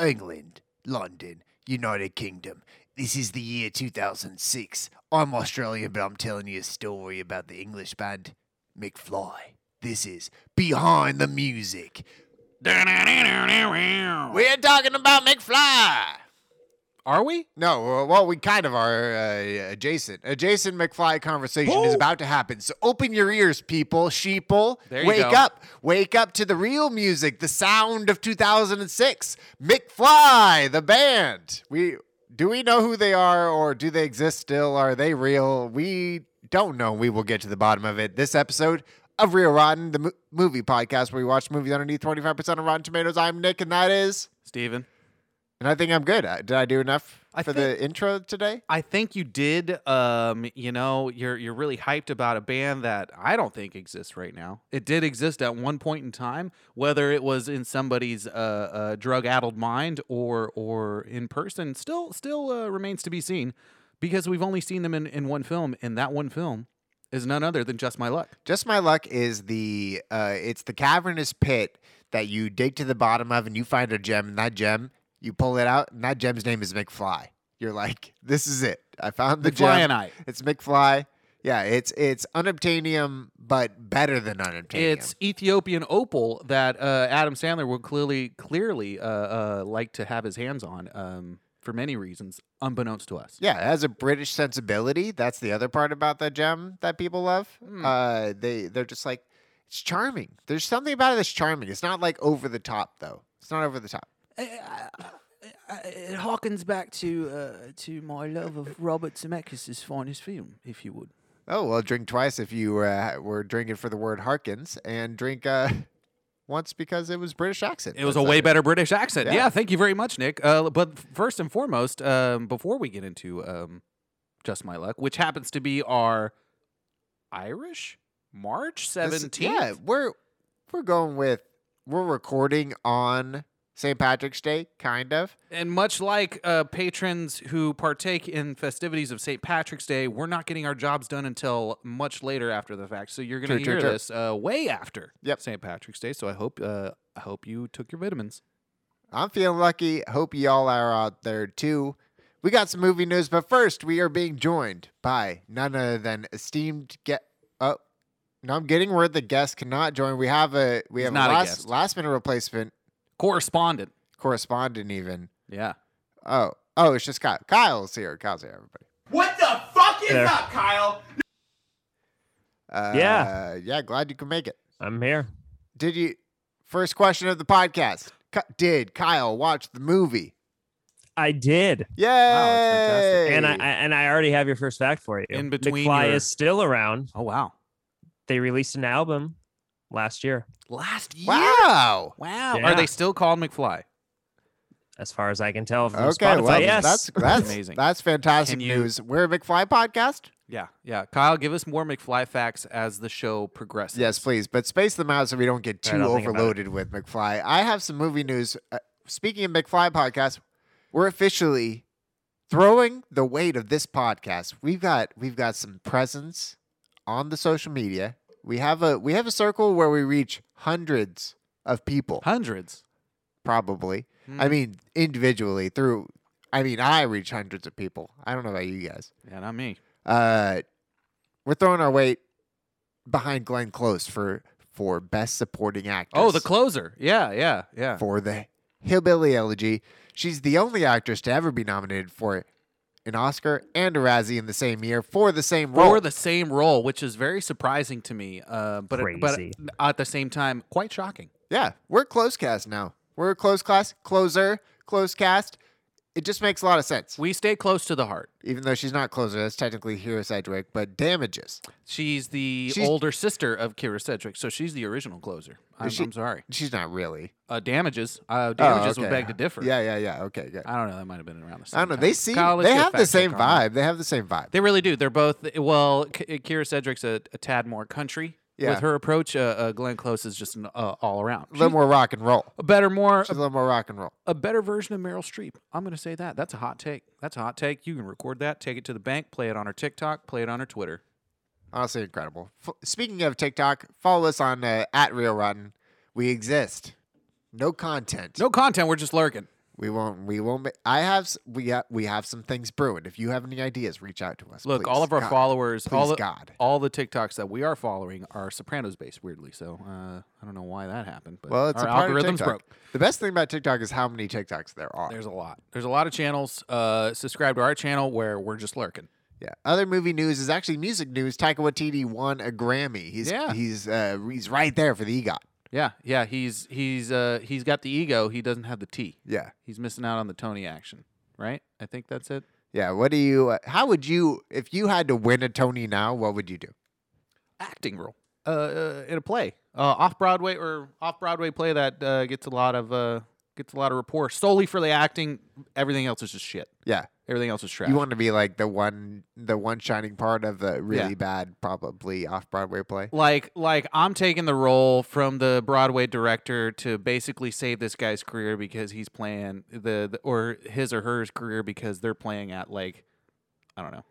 England, London, United Kingdom. This is the year 2006. I'm Australian, but I'm telling you a story about the English band McFly. This is Behind the Music. We're talking about McFly. Are we? No, uh, well, we kind of are uh, adjacent. Adjacent McFly conversation is Woo! about to happen. So open your ears, people, sheeple. There you Wake go. up. Wake up to the real music, the sound of 2006. McFly, the band. We Do we know who they are or do they exist still? Are they real? We don't know. We will get to the bottom of it. This episode of Real Rotten, the mo- movie podcast where we watch movies underneath 25% of Rotten Tomatoes. I'm Nick, and that is. Steven. And I think I'm good. I- Did I do enough I for think- the intro today? I think you did. Um, you know, you're you're really hyped about a band that I don't think exists right now. It did exist at one point in time, whether it was in somebody's uh, uh, drug-addled mind or or in person. Still, still uh, remains to be seen, because we've only seen them in, in one film, and that one film is none other than Just My Luck. Just my luck is the uh, it's the cavernous pit that you dig to the bottom of and you find a gem and that gem you pull it out and that gem's name is McFly. You're like, this is it. I found the McFly gem. and I. It's McFly. Yeah, it's it's unobtainium but better than unobtainium. It's Ethiopian opal that uh, Adam Sandler would clearly, clearly uh, uh, like to have his hands on um, for many reasons, unbeknownst to us. yeah, it has a British sensibility. That's the other part about that gem that people love. Hmm. Uh, they they're just like it's charming. There's something about it that's charming. It's not like over the top though. It's not over the top. it harkens back to uh, to my love of Robert Zemeckis' finest film, if you would. Oh well, drink twice if you uh, were drinking for the word Harkins, and drink uh, once because it was British accent. It was a That's way better British accent. Yeah. Yeah, thank you very much, Nick. Uh, but f- first and foremost, um, before we get into um, Just My Luck, which happens to be our Irish March This- 17th. Yeah, we're we're going with we're recording on St. Patrick's Day, kind of. And much like uh, patrons who partake in festivities of St. Patrick's Day, we're not getting our jobs done until much later after the fact. So you're going True, to true, hear true. this uh, way after Yep. St. Patrick's Day. So I hope uh, I hope you took your vitamins. I'm feeling lucky. Hope y'all are out there too. We got some movie news, but first we are being joined by none other than esteemed get. Oh, no, I'm getting word the guest cannot join. We have a we He's have not a a last guest. last minute replacement Correspondent. correspondent even. Yeah. Oh, oh, it's just Kyle. Kyle's here. Kyle's here, everybody. What the fuck is There. up, Kyle? Uh, Yeah. yeah. Glad you could make it. I'm here. Did you? First question of the podcast: Ki- Did Kyle watch the movie? I did, Yay! fantastic. and I, I and I already have your first fact for you. In between McFly your- is still around. Oh, wow. They released an album last year, Last year. wow. Wow. Yeah. Are they still called McFly? as far as I can tell from Okay, Spotify. well, yes, that's that's Amazing. That's fantastic Can you- news. We're a McFly podcast. Yeah. Yeah. Kyle, give us more McFly facts as the show progresses. Yes, please, but space them out so we don't get All right, too I'll think about it. overloaded with McFly. I have some movie news. Uh, speaking of McFly podcast, we're officially throwing the weight of this podcast. We've got we've got some presence on the social media. We have a we have a circle where we reach hundreds of people, Hundreds. probably. I Hmm. mean, individually through. I mean, I reach hundreds of people. I don't know about you guys. Yeah, not me. Uh, we're throwing our weight behind Glenn Close for for best supporting actress. Oh, the closer. Yeah. Yeah. Yeah. for the Hillbilly Elegy. She's the only actress to ever be nominated for an Oscar and a Razzie in the same year for the same role. for the same role, which is very surprising to me. Uh, but but Crazy. at the same time, quite shocking. yeah, we're close cast now. We're a close class, closer, close cast. It just makes a lot of sense. We stay close to the heart. Even though she's not closer, that's technically Hero Sedgwick, but damages. She's the She's- older sister of Kira Sedgwick, so she's the original closer. I'm, she- I'm sorry. She's not really. Uh, damages. Uh, Oh, damages would okay. beg to differ. Yeah, yeah, yeah. Okay, good. I don't know. That might have been around the same. I don't know. time. They seem Kyle, let's they do a have the fact check same on that. vibe. They have the same vibe. They really do. They're both well. K- Kira Sedgwick's a, a tad more country Yeah. with her approach. Uh, uh, Glenn Close is just an, uh, all around. a little She's more rock and roll. a better, more She's a little more rock and roll. a better version of Meryl Streep. I'm going to say that. That's a hot take. That's a hot take. You can record that, take it to the bank, play it on her TikTok, play it on her Twitter. Honestly, incredible. F- speaking of TikTok, follow us on uh, at Real Rotten. We exist. No content. No content. We're just lurking. We won't. We won't. ma- I have. s- We have. We have some things brewing. If you have any ideas, reach out to us. Look, please. all of our God, followers, Please, all the, God. all the TikToks that we are following are Sopranos based, weirdly. So uh, I don't know why that happened, but Well, it's our a part of algorithms TikTok. broke. The best thing about TikTok is how many TikToks there are. There's a lot. There's a lot of channels. Uh, subscribe to our channel where we're just lurking. Yeah. Other movie news is actually music news. Taika Waititi won a Grammy. He's Yeah. he's uh, he's right there for the EGOT. Yeah, yeah. He's he's uh, he's got the ego. He doesn't have the T. Yeah. He's missing out on the Tony action, right? I think that's it. Yeah. What do you? Uh, how would you if you had to win a Tony now? What would you do? Acting role uh, uh, in a play, uh, off Broadway or off Broadway play that uh, gets a lot of uh, gets a lot of rapport solely for the acting. Everything else is just shit. Yeah. Everything else is trash. You want to be like the one the one shining part of the really Yeah. bad probably off Broadway play. like like I'm taking the role from the Broadway director to basically save this guy's career because he's playing the, the or his or hers career because they're playing at like I don't know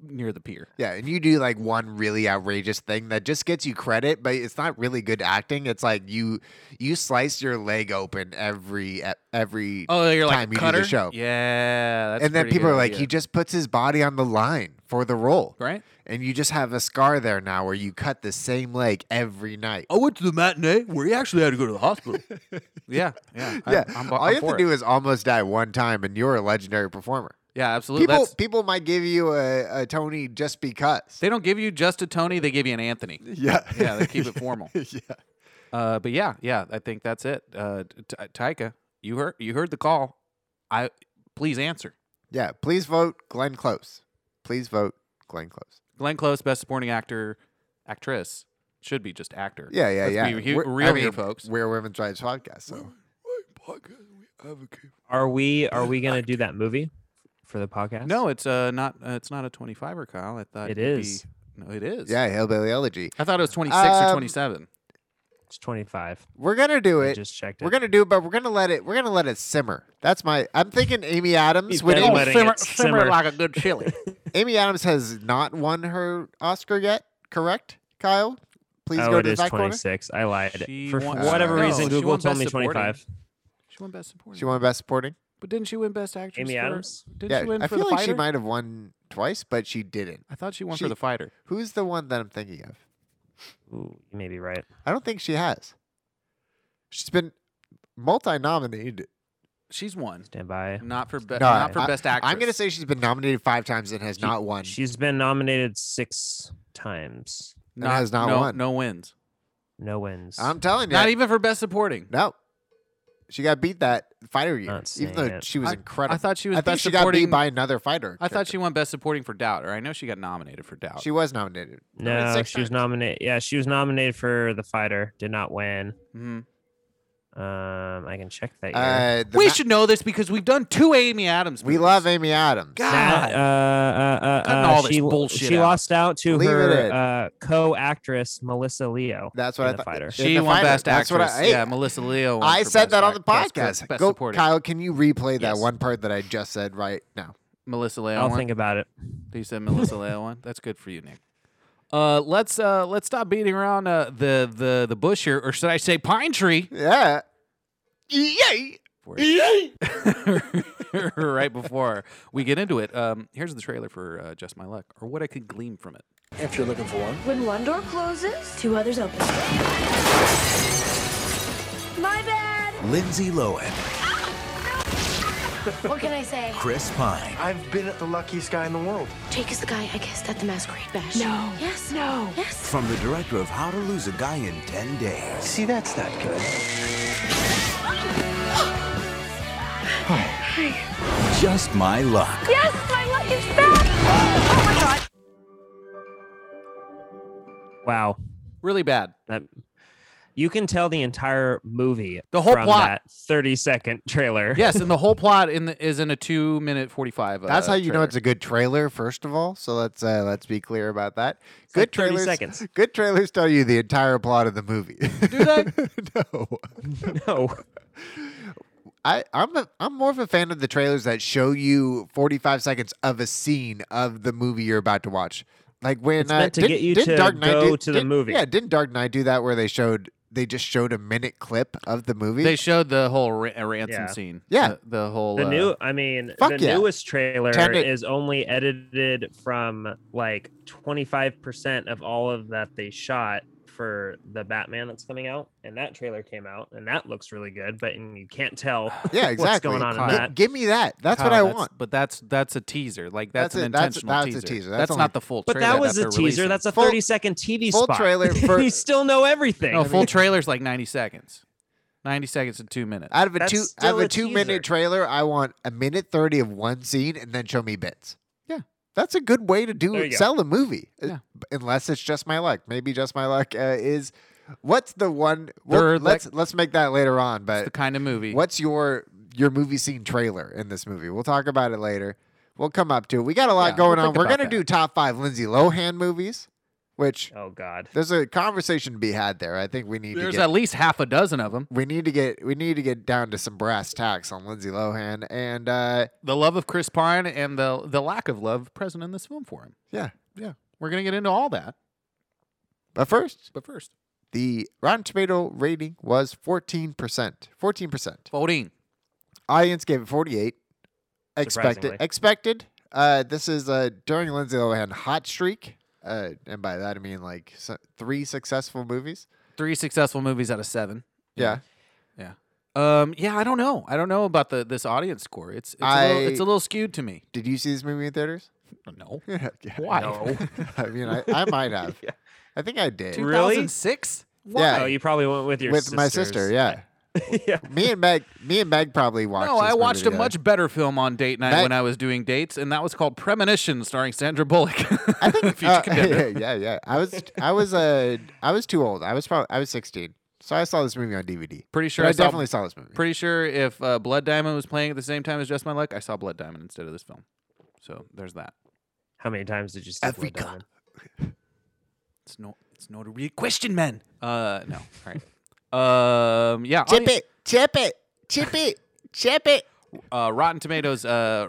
near the pier. Yeah, and you do like one really outrageous thing that just gets you credit, but it's not really good acting. It's like you you slice your leg open every e, every Oh, you're like, like Time you do the cutter cutter? show. Yeah, that's and then pretty people good are like idea. he just puts his body on the line for the role. right. And you just have a scar there now where you cut the same leg every night. I went to the matinee where he actually had to go to the hospital. yeah, yeah, I- yeah. I'm, I'm, All I'm you have for to it. do is almost die one time and you're a legendary performer. yeah, absolutely. People That's- people might give you a, a Tony just because. they don't give you just a Tony; they give you an Anthony. Yeah. Yeah, they keep it formal. yeah. Uh, but yeah, yeah, I think that's it. Uh, T- Tyka, you heard you heard the call. I please answer. Yeah. Please vote Glenn Close. Please vote Glenn Close. Glenn Close, best supporting actor, actress should be just actor. Yeah, yeah, Let's yeah. Be he- We're- real I here, mean, folks. We're a women's rights podcast, so Are we are we gonna do that movie for the podcast? No, it's uh not uh, it's not a twenty five er Kyle. I thought It it'd is. Be, no, it is. yeah, hillbilly elegy. I thought it was twenty six or Um, twenty seven. it's twenty five. We're gonna do I it. just checked it. We're gonna do it, but we're gonna let it. We're gonna let it simmer. That's my. I'm thinking Amy Adams. He's When better Amy, let it simmer- simmer simmer. like a good chili. Amy Adams has not won her Oscar yet, correct? Kyle, please oh, go it to the is back twenty corner. six. I lied. She For won- whatever No, reason, she Google won told Best me twenty Supporting. five. she won best supporting. She won Best Supporting. but didn't she win best actress? Amy for- Adams? Didn't yeah, she win I for feel the like fighter? she might have won twice, but she didn't. I thought she won she- for the fighter. Who's the one that I'm thinking of? Ooh, you may be right. I don't think she has. She's been multi-nominated. She's won. Stand by. Not for best. No, not for I- best actress. I'm gonna say she's been nominated five times and has She- not won. She's been nominated six times. and has not no, won. No wins. No wins. I'm telling you, Not even for best supporting. no. She got beat that fighter year, even saying though it. she was I- incredible. I thought she I was think best she got supporting. beat by another fighter. I thought she character. won best supporting for Doubt, or I know she got nominated for Doubt. she was nominated. no, six she was times. nominated. Yeah, she was nominated for The Fighter. Did not win. Mhm. Um, I can check that. year. Uh, the We ma- should know this because we've done two Amy Adams. We movies. love Amy Adams. God. That, uh, uh, uh, Cutting uh, all this she, bullshit She out. lost out to Leave it her in. uh, co-actress Melissa Leo. That's what in I The thought. Fighter. In She the won fighter. best That's actress. what I- hey, yeah, Melissa Leo. won I for said best that on the act- best- podcast. Best Go, supporting. Kyle. Can you replay that Yes. one part that I just said right now? Melissa Leo. I'll won. think about it. He said Melissa Leo one. That's good for you, Nick. Uh, let's uh, let's stop beating around uh, the the the bush here, or should I say pine tree? Yeah. Yay! For it. right before we get into it, um, here's the trailer for uh, Just My Luck, or what I could glean from it. If you're looking for one. When one door closes, two others open. My bad. Lindsay Lohan, What can I say? Chris Pine, I've been the luckiest guy in the world. Jake is the guy I kissed at the masquerade bash. No. Yes. No. Yes. from the director of How to Lose a Guy in 10 Days. See, that's not good. Just my luck. Yes, my luck is back. Oh my god. Wow, Really bad. that you can tell the entire movie, The whole from plot. that thirty-second trailer. Yes, and the whole plot in the, is in a two minute forty five. Uh, That's how you know trailer. it's a good trailer, first of all. So let's uh, let's be clear about that. good like 30 trailers. seconds. Good trailers tell you the entire plot of the movie. Do they? no. No. I, I'm a, I'm more of a fan of the trailers that show you 45 seconds of a scene of the movie you're about to watch. Like when It's uh, meant to didn't- get you didn't to Dark Knight go do- to the didn't- movie. Yeah, didn't Dark Knight do that where they showed they just showed a minute clip of the movie. They showed the whole ra- uh, ransom Yeah. scene. Yeah. The, the whole The uh, new, I mean, fuck the yeah. newest trailer Turn it- is only edited from like 25% of all of that they shot for the Batman that's coming out. And that trailer came out and that looks really good, but and you can't tell yeah, exactly. what's going on in Kyle. Gi- that. give me that. That's what Kyle, I that's- want. But that's that's a teaser. Like that's, That's an it. That's- intentional that's a teaser. teaser. That's, That's only- not the full But trailer. that was that a they're teaser. releasing. That's a Full- 30 second TV full spot. trailer for- Oh, you still know everything. no full trailer's like ninety seconds. Ninety seconds to two minutes. Out of a That's two out still of a a two teaser. minute trailer, I want a minute thirty of one scene and then show me bits. Yeah. That's a good way to do There you go. sell a movie. Uh, Yeah. b- Unless it's just my luck. Maybe just my luck uh, is what's the one well, Third, like- let's let's make that later on, It's the but kind of movie. what's your your movie scene trailer in this movie? We'll talk about it later. We'll come up to it. We got a lot Yeah, we'll going on. think We're about gonna that. do top five Lindsay Lohan movies, which Oh, God. there's a conversation to be had there. I think we need to There's get at least half a dozen of them. we need to get we need to get down to some brass tacks on Lindsay Lohan and uh The love of Chris Pine and the the lack of love present in this film for him. yeah. We're gonna get into all that, But first, but first, the Rotten Tomato rating was 14%. 14%. voting. Audience gave it 48. Expected Surprisingly. expected. Uh this is uh during Lindsay Lohan hot streak. Uh and by that I mean like s three successful movies. Three successful movies out of seven. Yeah. Um. Yeah. I don't know. I don't know about the this audience score. It's it's, a little, it's I- a little skewed to me. Did you see this movie in theaters? No. Yeah, Why? no. I mean, I, I might have. I think I did. Two- Really? 2006? Yeah. Oh, you probably went with your With my sister, sisters. yeah. yeah. Me and Meg, me and Meg probably Oh, watched. No, this I movie watched a together. Uh, much better film on date night That- when I was doing dates, and that was called Premonition, starring Sandra Bullock. I think Future uh, Contender. yeah, yeah. I was, I was, uh, I was too old. I was probably, I was sixteen, so I saw this movie on DVD. Pretty sure But I, I saw- definitely saw this movie. Pretty sure if uh, Blood Diamond was playing at the same time as Just My Luck, I saw Blood Diamond instead of this film. So there's that. How many times did you see Africa. It's no, it's not a real question, man. Uh, no. All right. Um, yeah. Chip audi- it, chip it, chip it, chip it. Uh, Rotten Tomatoes uh,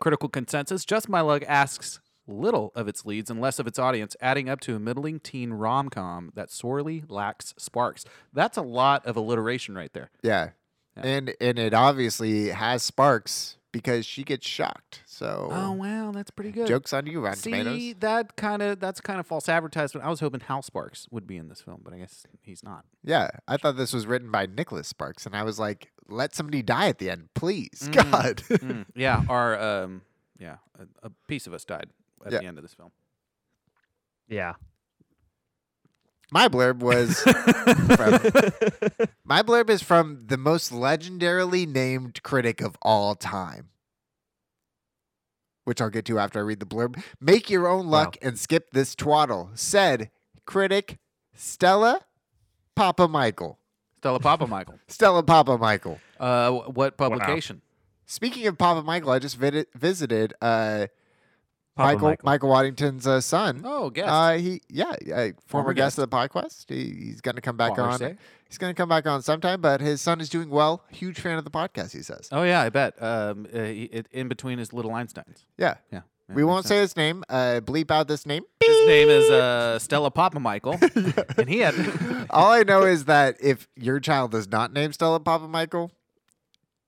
critical consensus: Just My Luck asks little of its leads and less of its audience, adding up to a middling teen rom com that sorely lacks sparks. That's a lot of alliteration right there. Yeah. and and it obviously has sparks because she gets shocked. So Oh wow, that's pretty good. jokes on you, Rotten See Tomatoes. that kind of that's kind of false advertisement. I was hoping Hal Sparks would be in this film, but I guess he's not. Yeah, I thought this was written by Nicholas Sparks, and I was like, let somebody die at the end, please, God. Mm, yeah, our um, yeah, a, a piece of us died at Yeah. the end of this film. Yeah. My blurb was from- my blurb is from the most legendarily named critic of all time, which I'll get to after I read the blurb. Make your own luck and skip this twaddle, said critic Stella Papa Michael. Stella Papa Michael. Stella Papa Michael. Uh, wh- what publication? Speaking of Papa Michael, I just vid- visited uh, Papa Michael, Michael Waddington's uh, son. Oh, guest. Uh, he, yeah, uh, former, Former guest, of the podcast. He, he's going to come back Father's on. Day. He's going to come back on sometime. But his son is doing well. Huge fan of the podcast. He says. Oh yeah, I bet. Um, uh, he- it, in between his little Einsteins. Yeah. Yeah. yeah, we makes won't sense. say his name. Uh, bleep out this name. His name is uh, Stella Papa Michael, and he had. All I know is that if your child is not named Stella Papa Michael,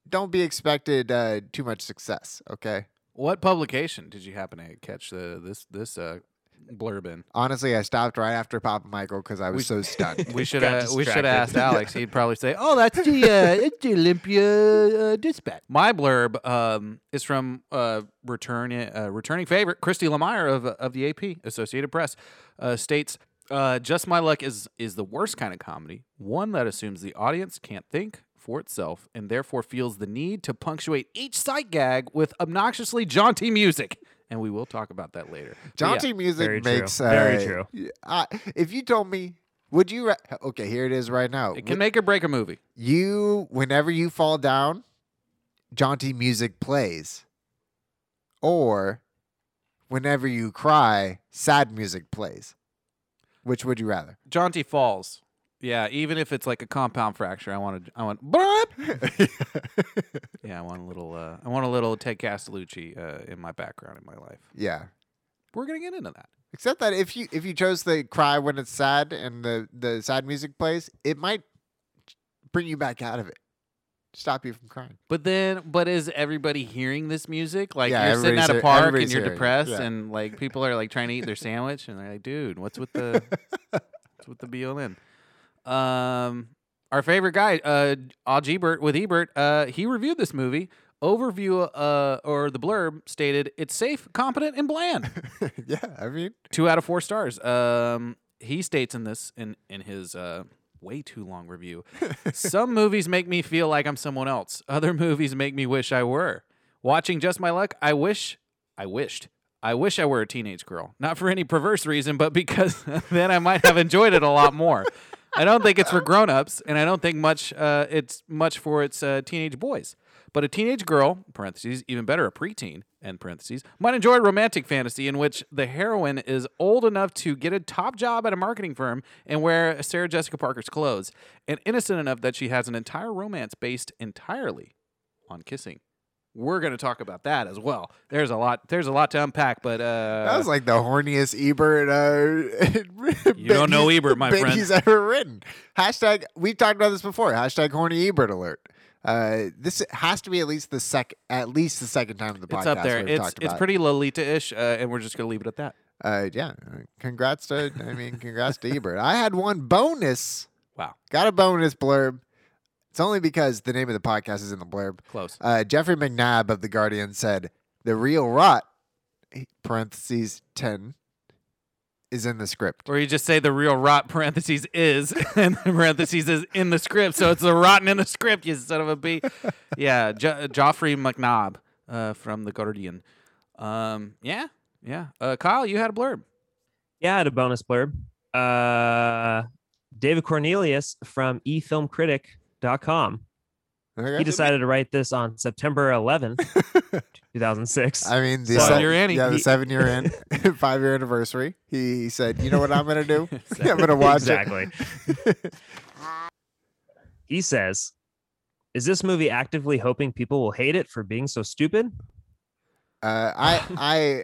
don't be expected uh, too much success. Okay. what publication did you happen to catch the this this uh, blurb in? Honestly, I stopped right after Papa Michael because I was so stunned. We should Got have we should have asked distracted. Alex. He'd probably say, "Oh, that's the uh, it's the Olympia uh, Dispatch." My blurb um, is from uh, return uh, returning favorite Christy Lemire of of the AP Associated Press uh, states. Uh, Just My Luck is is the worst kind of comedy, one that assumes the audience can't think for itself and therefore feels the need to punctuate each sight gag with obnoxiously jaunty music. And we will talk about that later. But Jaunty yeah, music Very true. makes Uh, Very true. y- Uh, if you told me, would you? Ra- okay, here it is right now. it can make or break a movie. you whenever you fall down jaunty music plays or whenever you cry sad music plays which would you rather Jaunty Falls. Yeah, even if it's like a compound fracture, I want to. I want. Burp! yeah, I want a little. Uh, I want a little Ted Castellucci uh, in my background in my life. yeah We're gonna get into that. Except that if you if you chose the cry when it's sad and the the sad music plays, it might bring you back out of it, stop you from crying. But then, but is everybody hearing this music? Like Yeah, you're sitting everybody's at a hear- park and everybody's you're hearing it, depressed, yeah. and like people are like trying to eat their sandwich, and they're like, "Dude, what's with the what's with the BLM?" Um, our favorite guy, uh, Aj Ebert with Ebert, uh, he reviewed this movie. Overview, uh, or the blurb stated, "It's safe, competent, and bland." yeah, I mean, two out of four stars. Um, he states in this in in his uh, way too long review. Some movies make me feel like I'm someone else. Other movies make me wish I were. Watching Just My Luck, I wish, I wished, I wish I were a teenage girl. Not for any perverse reason, but because then I might have enjoyed it a lot more. I don't think it's for grown-ups, and I don't think much. Uh, it's much for its uh, teenage boys. But a teenage girl, parentheses, even better, a preteen, end parentheses, might enjoy a romantic fantasy in which the heroine is old enough to get a top job at a marketing firm and wear Sarah Jessica Parker's clothes, and innocent enough that she has an entire romance based entirely on kissing. We're going to talk about that as well. There's a lot. There's a lot to unpack, but uh, that was like the horniest Ebert. Uh, You don't bit know he's- Ebert, my bit friend. He's ever written. Hashtag. We've talked about this before. Hashtag horny Ebert alert. Uh, this has to be at least the sec at least the second time of the podcast. it's up there. We've It's talked it's about it. pretty Lolita-ish, uh, and we're just going to leave it at that. Uh, yeah. Congrats to. I mean, congrats to Ebert. I had one bonus. Wow, Got a bonus blurb. It's only because the name of the podcast is in the blurb. close. Uh, Jeffrey McNabb of The Guardian said, The real rot, parentheses 10, is in the script. Or you just say the real rot parentheses is and the parentheses is in the script, so it's the rotten in the script, you son of a b. Yeah, jo- Joffrey McNabb uh, from The Guardian. Um, yeah, yeah. Uh, Kyle, you had a blurb. Yeah, I had a bonus blurb. Uh, David Cornelius from e efilmcritic.com. He Okay. decided to write this on September 11th, 2006. I mean, the So- se- Five-year anni- yeah, the he- seven year in, five year anniversary. He said, "You know what I'm gonna do? I'm gonna watch exactly. it." He says, Is this movie actively hoping people will hate it for being so stupid? Uh, I,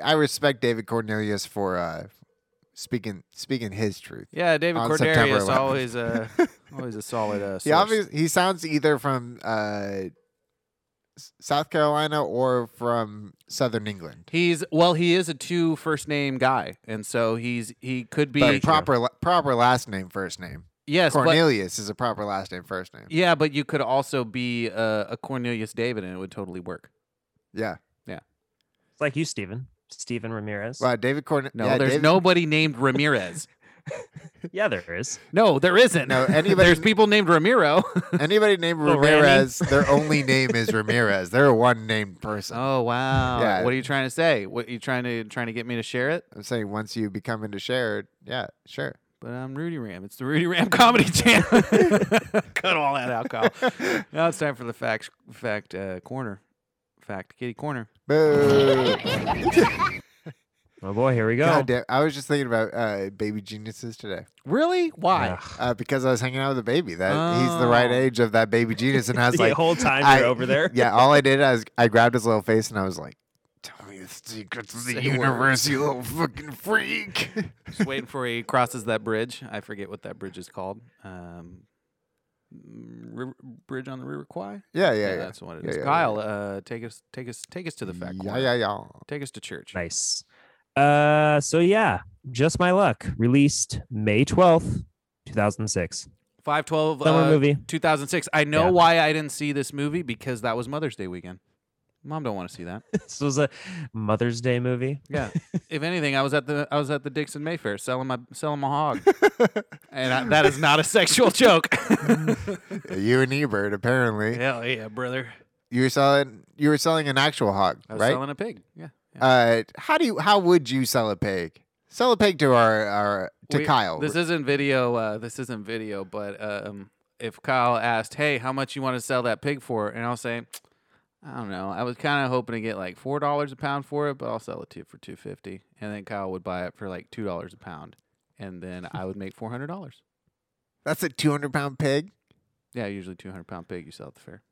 I, I respect David Cornelius for uh, speaking speaking his truth. Yeah, David On September Cordarius 11th. always uh, always a solid uh, source. He obvious he sounds either from uh, S- South Carolina or from Southern England. He's well, he is a two first name guy, and so he's he could be But proper la- proper last name first name. Yes, but- Cornelius is a proper last name first name. yeah, but you could also be uh, a Cornelius David, and it would totally work. Yeah. It's like you, Steven. Steven Ramirez. Wow, David Cornelius. No, there's nobody named Ramirez. Yeah, there is. No, there isn't. No, anybody- There's people named Ramiro. anybody named Little Randy. Ramirez. Their only name is Ramirez. They're a one named person. oh wow. Yeah. What are you trying to say? What you trying to trying to get me to share it? I'm saying once you become into shared, yeah, sure. But I'm Rudy Ram. It's the Rudy Ram Comedy Channel. Cut all that out, Kyle. now it's time for the fact fact uh, corner. Fact kitty corner. Boo. Oh boy, here we go. God damn, I was just thinking about uh, baby geniuses today Really? Why? Ugh. uh, because I was hanging out with a baby. That he's the right Oh. age of that baby genius, and I was The like, whole time I- you're over there. Yeah, all I did is I grabbed his little face and I was like, "Tell me the secrets of the Say universe, you little fucking freak." Just waiting for he crosses that bridge. I forget what that bridge is called. Um, river, bridge on the River Kwai. yeah, yeah, yeah. that's what it is. Yeah, yeah, yeah. Kyle, Uh, take us, take us, take us to the fact Yeah, corner. yeah, yeah. Take us to church. Nice. Uh, so yeah, just my luck. Released May twelfth, two thousand six. Five twelve Summer uh, movie. 2006. I know Yeah. why I didn't see this movie because that was Mother's Day weekend. Mom don't want to see that. This was a Mother's Day movie. Yeah. if anything, I was at the I was at the Dixon Mayfair selling my selling my hog, and I, that is not a sexual joke. You and Ebert apparently. Hell yeah, brother! You were selling. You were selling an actual hog, I was right? selling a pig. Yeah. yeah. uh, how do you? How would you sell a pig? Sell a pig to our, our to We- Kyle. This isn't video. Uh, this isn't video, but um, if Kyle asked, "Hey, how much you want to sell that pig for?" and I'll say, "I don't know. I was kind of hoping to get like four dollars a pound for it, but I'll sell it to you for two fifty, and then Kyle would buy it for like two dollars a pound, and then I would make four hundred dollars. That's a two hundred pound pig. Yeah, usually two hundred pound pig you sell at the fair,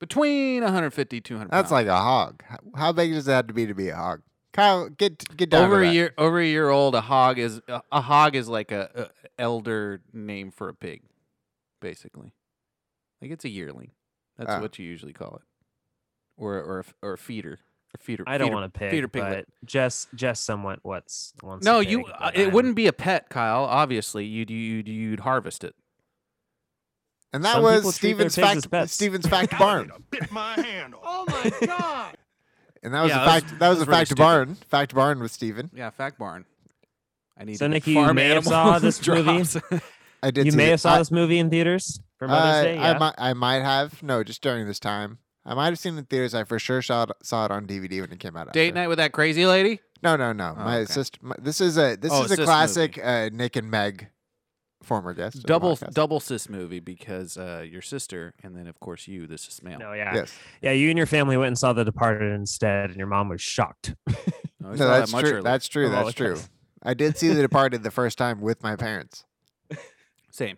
between 150 200. That's pound. like a hog. How, how big does it have to be to be a hog? Kyle, get get down. Over to a that. year, over a year old, a hog is a, a hog is like a, a elder name for a pig, basically. Like it's a yearling. That's Ah. what you usually call it, or or a f- or a feeder, a feeder. I don't feeder- want to pick, feeder piglet. but Jess, Jess, somewhat what's wants. No, to you. pick, Uh, but it I'm- wouldn't be a pet, Kyle. Obviously, you'd you'd you'd harvest it. And that Some people was treat their Steven's pigs as fact. pets. Steven's fact barn. Bit my hand off. And that was Yeah, a that was- fact. That was, that was a really fact stupid. barn. Fact barn with Steven. Yeah, fact barn. I need So, to get Nick, you farm may have animals saw this movie? drops. I did. You see may it. have saw I- this movie in theaters for Mother's I, Day. I yeah? might. I might have. No, just during this time. I might have seen it in theaters. I for sure saw it, saw it on DVD when it came out. Date after. night with that crazy lady. No, no, no. Oh, my okay. sister. My, this is a this Oh, is it's a this classic uh, Nick and Meg, former guest. of the double podcast. double sis movie because uh, your sister and then of course you the cis male. No, yeah, Yes. yeah. You and your family went and saw The Departed instead, and your mom was shocked. No, No, it's not that that's much true. earlier. That's true. Oh, That's okay. true. I did see The Departed the first time with my parents. same.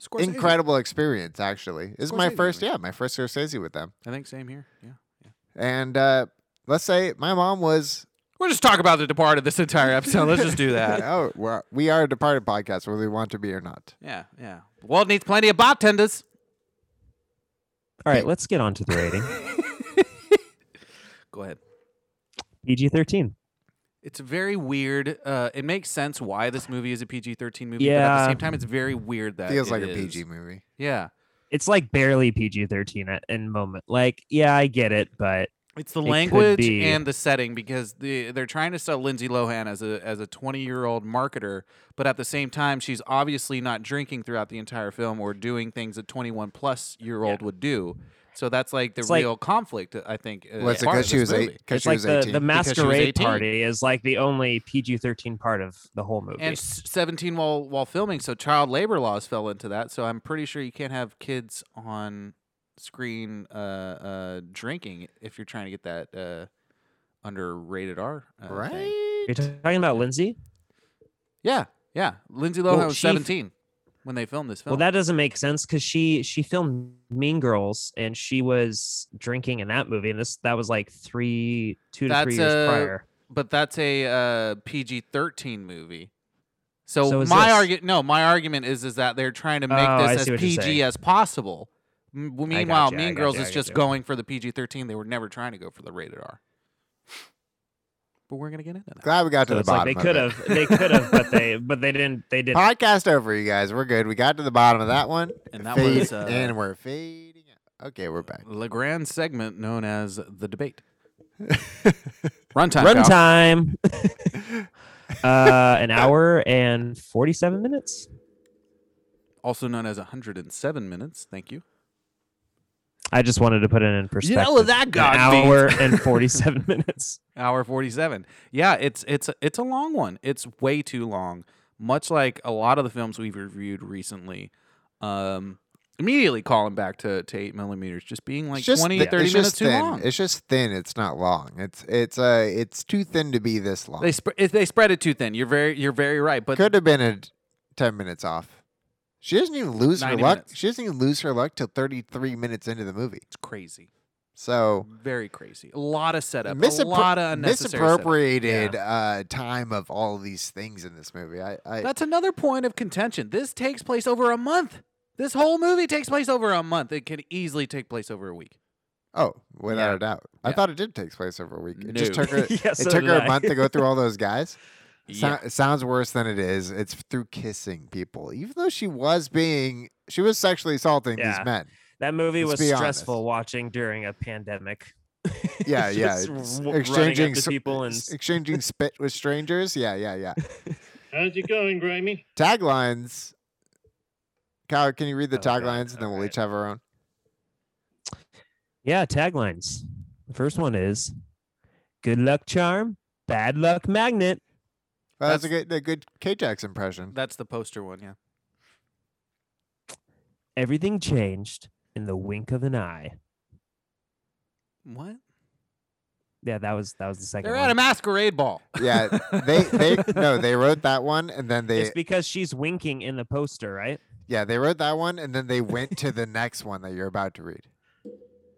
Scorsese. Incredible experience, actually. This is my Scorsese first. movie. Yeah, my first Scorsese with them. I think same here. Yeah. And uh, let's say my mom was. We're just talking about the departed this entire episode. Let's just do that. oh, we're, we are a Departed podcast, whether we want to be or not. yeah, yeah. The world needs plenty of bartenders. All right, let's get on to the rating. Go ahead. PG thirteen. It's very weird. Uh, it makes sense why this movie is a PG thirteen movie, but at the Yeah. same time, it's very weird that Feels it like a is. PG movie. Yeah, It's like barely PG thirteen at in moment. Like, yeah, I get it, but it's the It could language be. and the setting because the, they're trying to sell Lindsay Lohan as a as a twenty year old marketer, but at the same time, she's obviously not drinking throughout the entire film or doing things a twenty one plus year old would do. So that's like the It's like- real conflict. I think. uh, Was it part of because she this was movie. eight? Because it's she like was the, eighteen. the Because she was masquerade 18. party is like the only PG thirteen part of the whole movie. and s- 17 while while filming so child labor laws fell into that so i'm pretty sure you can't have kids on screen uh, uh, drinking if you're trying to get that uh, under rated r uh, thing. right. You're talking about Lindsay? yeah yeah lindsay lohan Well, was she- 17 when they filmed this film Well, that doesn't make sense because she she filmed Mean Girls and she was drinking in that movie, and this that was like three two to That's, three years uh, prior. but that's a uh, pg-13 movie so, So is my this. argument no my argument is is that they're trying to make Oh, I this as see what you're pg saying. as possible M- meanwhile gotcha, I mean girls gotcha, I is just gotcha. going for the pg-13 they were never trying to go for the rated r but we're gonna get into that Glad we got to So the it's bottom. like they of could it. have they could have, but they but they didn't they didn't. Podcast over, you guys. We're good. We got to the bottom of that one. And that Fade- was, uh, and we're fading. out. Okay, we're back. the grand segment known as the debate runtime Run Kyle. time. uh, an hour and forty-seven minutes. also known as 107 minutes thank you I just wanted to put it in perspective. what that got an means. hour and forty-seven minutes. hour 47 yeah it's it's it's a long one it's way too long much like a lot of the films we've reviewed recently um immediately calling back to, to 8 millimeters just being like It's just 20 thi- 30 it's minutes just too thin. long It's just thin. It's not long. It's it's uh it's too thin to be this long. they, sp- they spread it too thin you're very you're very right but could have been a d- ten minutes off. She doesn't even lose her 90 luck. minutes. She doesn't even lose her luck till thirty three minutes into the movie. it's crazy So very crazy a lot of setup a misappro- lot of unnecessary setup. misappropriated uh, time of all these things in this movie. I, I That's another point of contention. This takes place over a month. This whole movie takes place over a month. It could easily take place over a week. oh without Yeah. a doubt. I Yeah. thought it did take place over a week. It just No. took her. Yeah, so it took did her a I. month to go through all those guys. So- Yeah. it sounds worse than it is. It's through kissing people, even though she was being she was sexually assaulting Yeah. these men. That movie Let's was be stressful honest. watching during a pandemic. Yeah, yeah. Just it's w- running up exchanging to sp- people and s- exchanging spit with strangers. Yeah, yeah, yeah. How's it going, Grammy? Taglines. Kyle, can you read the Oh, God. taglines and then All we'll right. each have our own? Yeah, taglines. The first one is good luck charm, bad luck magnet. Well, that's, That's- a good a good K-Jax impression. That's the poster one, yeah. Everything changed in the wink of an eye. What? Yeah, that was that was the 2nd They're one. at a masquerade ball. yeah, they they no, they wrote that one and then they it's because she's winking in the poster, right? yeah they wrote that one and then they went to the next one that you're about to read.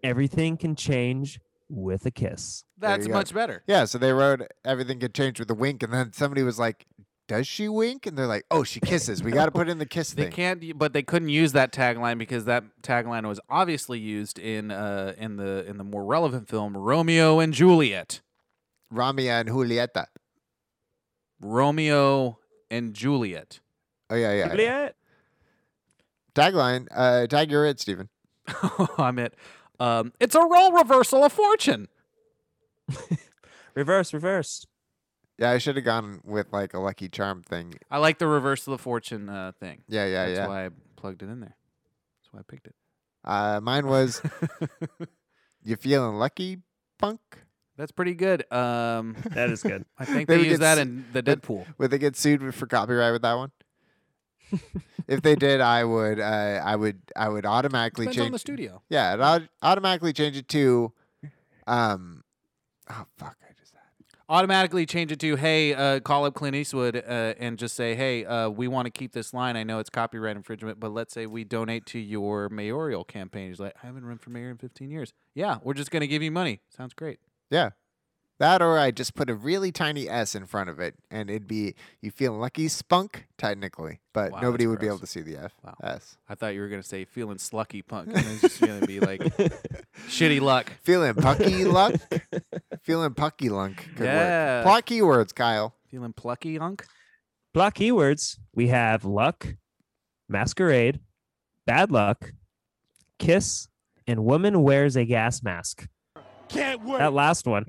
Everything can change with a kiss. There That's you go. much better. Yeah, so they wrote everything could change with a wink, and then somebody was like, "Does she wink?" And they're like, "Oh, she kisses. We got to put in the kiss They thing." can't, y- but they couldn't use that tagline because that tagline was obviously used in uh, in the in the more relevant film Romeo and Juliet. Romeo and Julieta. Romeo and Juliet. Oh yeah, yeah. yeah. Juliet. Tagline. Uh, tag your it, Stephen. I'm it. Um, it's a role reversal of fortune. Reverse, reverse. Yeah, I should have gone with like a Lucky Charm thing. I like the reversal of fortune uh, thing. Yeah, yeah, That's yeah. why I plugged it in there. That's why I picked it. Uh, mine was you feeling lucky, punk. That's pretty good. Um, That is good. I think They they, would use get that s- in the that- Deadpool. Would they get sued for copyright with that one? if they did, I would. Uh, I would. I would automatically Depends change. on the studio. Yeah, it au- automatically change it to, um, oh fuck, I just had. automatically change it to hey uh, call up clint eastwood uh, and just say hey uh, we want to keep this line i know it's copyright infringement but let's say we donate to your mayoral campaign he's like i haven't run for mayor in 15 years yeah we're just going to give you money sounds great Yeah, that or I just put a really tiny S in front of it, and it'd be you feeling lucky spunk technically, but Wow, nobody that's would be able gross. to see the F Wow. S. i thought you were going to say feeling slucky punk and it's just going to be like shitty luck Feeling pucky luck, feeling pucky lunk. Good Yeah. work. Plot keywords, Kyle. feeling plucky unk Block keywords. We have luck, masquerade, bad luck, kiss, and woman wears a gas mask. Can't wait. That last one.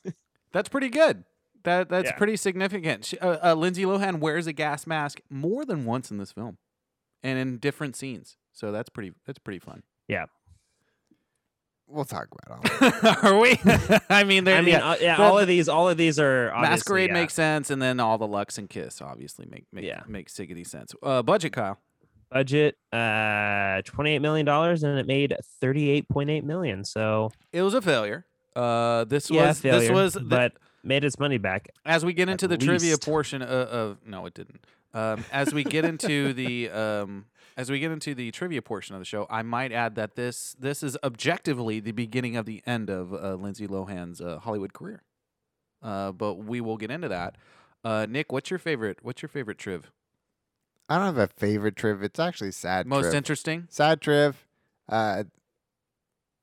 that's pretty good that that's Yeah. pretty significant she, uh, uh, lindsay lohan wears a gas mask more than once in this film and in different scenes so that's pretty that's pretty fun We'll talk about all. that. are we? I mean, there. I mean, yeah. uh, yeah, the- all of these, all of these are obviously, Masquerade yeah. makes sense, and then all the Lux and Kiss obviously make make Yeah. make siggity sense. Uh, budget, Kyle. budget uh 28 million dollars and it made 38.8 million so It was a failure. Uh, this yeah was failure, this was the, but made its money back as we get at into the trivia least. portion of, of no, it didn't. Um, as we get into the um, as we get into the trivia portion of the show, I might add that this this is objectively the beginning of the end of uh, Lindsay Lohan's uh, Hollywood career. Uh, but we will get into that. Uh, Nick, what's your favorite? What's your favorite triv? I don't have a favorite trip. It's actually sad. Most trip. interesting. sad trip. Uh,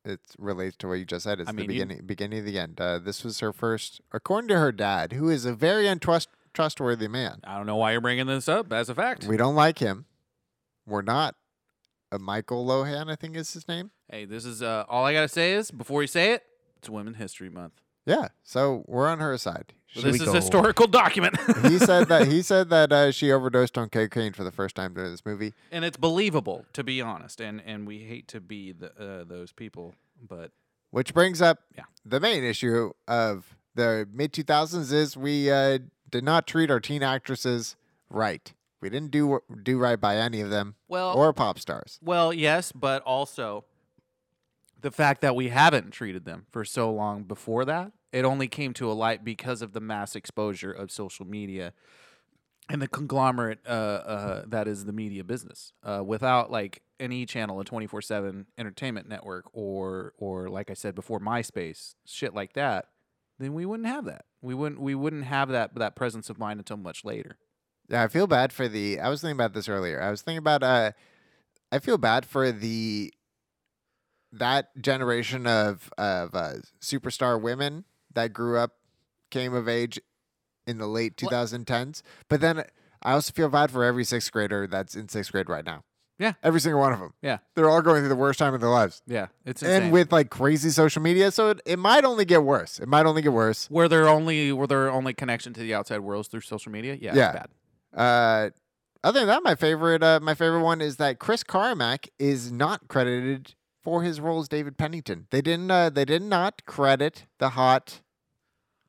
it relates to what you just said. It's I the mean, you- beginning, beginning of the end. Uh, this was her first, according to her dad, who is a very untrust trustworthy man. I don't know why you're bringing this up as a fact. We don't like him. We're not. A Michael Lohan, I think is his name. hey, this is uh, all I gotta say is before you say it, it's Women History Month. Yeah, so we're on her side. She- this is a historical document, he said that he said that uh, she overdosed on cocaine for the first time during this movie. and it's believable to be honest. And and we hate to be the, uh, those people, but Which brings up Yeah. the main issue of the mid 2000s is we uh, did not treat our teen actresses right. We didn't do do right by any of them well, or pop stars. well, yes, but also the fact that we haven't treated them for so long before that, it only came to a light because of the mass exposure of social media and the conglomerate uh, uh, that is the media business. Uh, without like an e channel, a twenty four seven entertainment network, or or like I said before, MySpace, shit like that, then we wouldn't have that. We wouldn't we wouldn't have that that presence of mind until much later. Yeah, I feel bad for the I was thinking about this earlier. I was thinking about uh I feel bad for the that generation of of uh, superstar women that grew up came of age in the late 2010s. But then I also feel bad for every 6th grader that's in 6th grade right now. Yeah. Every single one of them. Yeah. They're all going through the worst time of their lives. Yeah, it's insane. And with like crazy social media, so it, it might only get worse. It might only get worse. where their only where their only connection to the outside world is through social media. Yeah, Yeah. it's bad. Uh, other than that, my favorite, uh, my favorite one is that Chris Carmack is not credited for his role as David Pennington. They didn't, uh, they did not credit the hot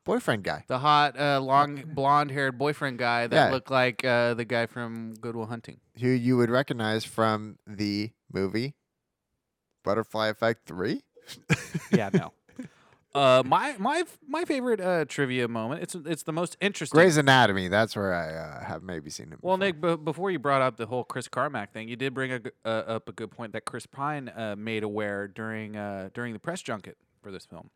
boyfriend guy. The hot, uh, long, blonde-haired boyfriend guy that Yeah. looked like uh, the guy from Goodwill Hunting. who you would recognize from the movie Butterfly Effect 3. Yeah, no. uh, my my my favorite uh, trivia moment. It's it's the most interesting. Grey's Anatomy, that's where I uh, have maybe seen him. Well, before. Nick, b- before you brought up the whole Chris Carmack thing, you did bring a, g- uh, up a good point that Chris Pine uh, made aware during uh, during the press junket for this film.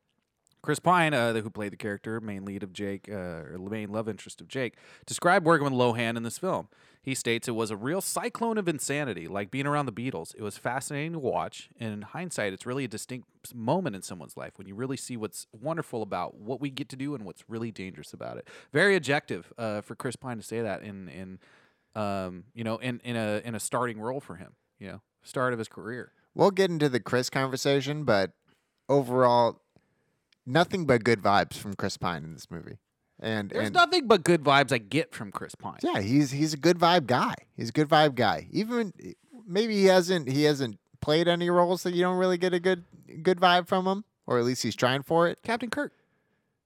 Chris Pine, uh, who played the character, main lead of Jake, uh, or main love interest of Jake, described working with Lohan in this film. He states it was a real cyclone of insanity, like being around the Beatles. It was fascinating to watch, and in hindsight, it's really a distinct s- moment in someone's life when you really see what's wonderful about what we get to do and what's really dangerous about it. Very objective uh, for Chris Pine to say that in in um, you know in in a in a starting role for him, you know, start of his career. We'll get into the Chris conversation, but overall, nothing but good vibes from Chris Pine in this movie. And There's and nothing but good vibes I get from Chris Pine. yeah, he's he's a good vibe guy. He's a good vibe guy. Even eh, maybe he hasn't he hasn't played any roles that you don't really get a good good vibe from him, or at least he's trying for it. Captain Kirk.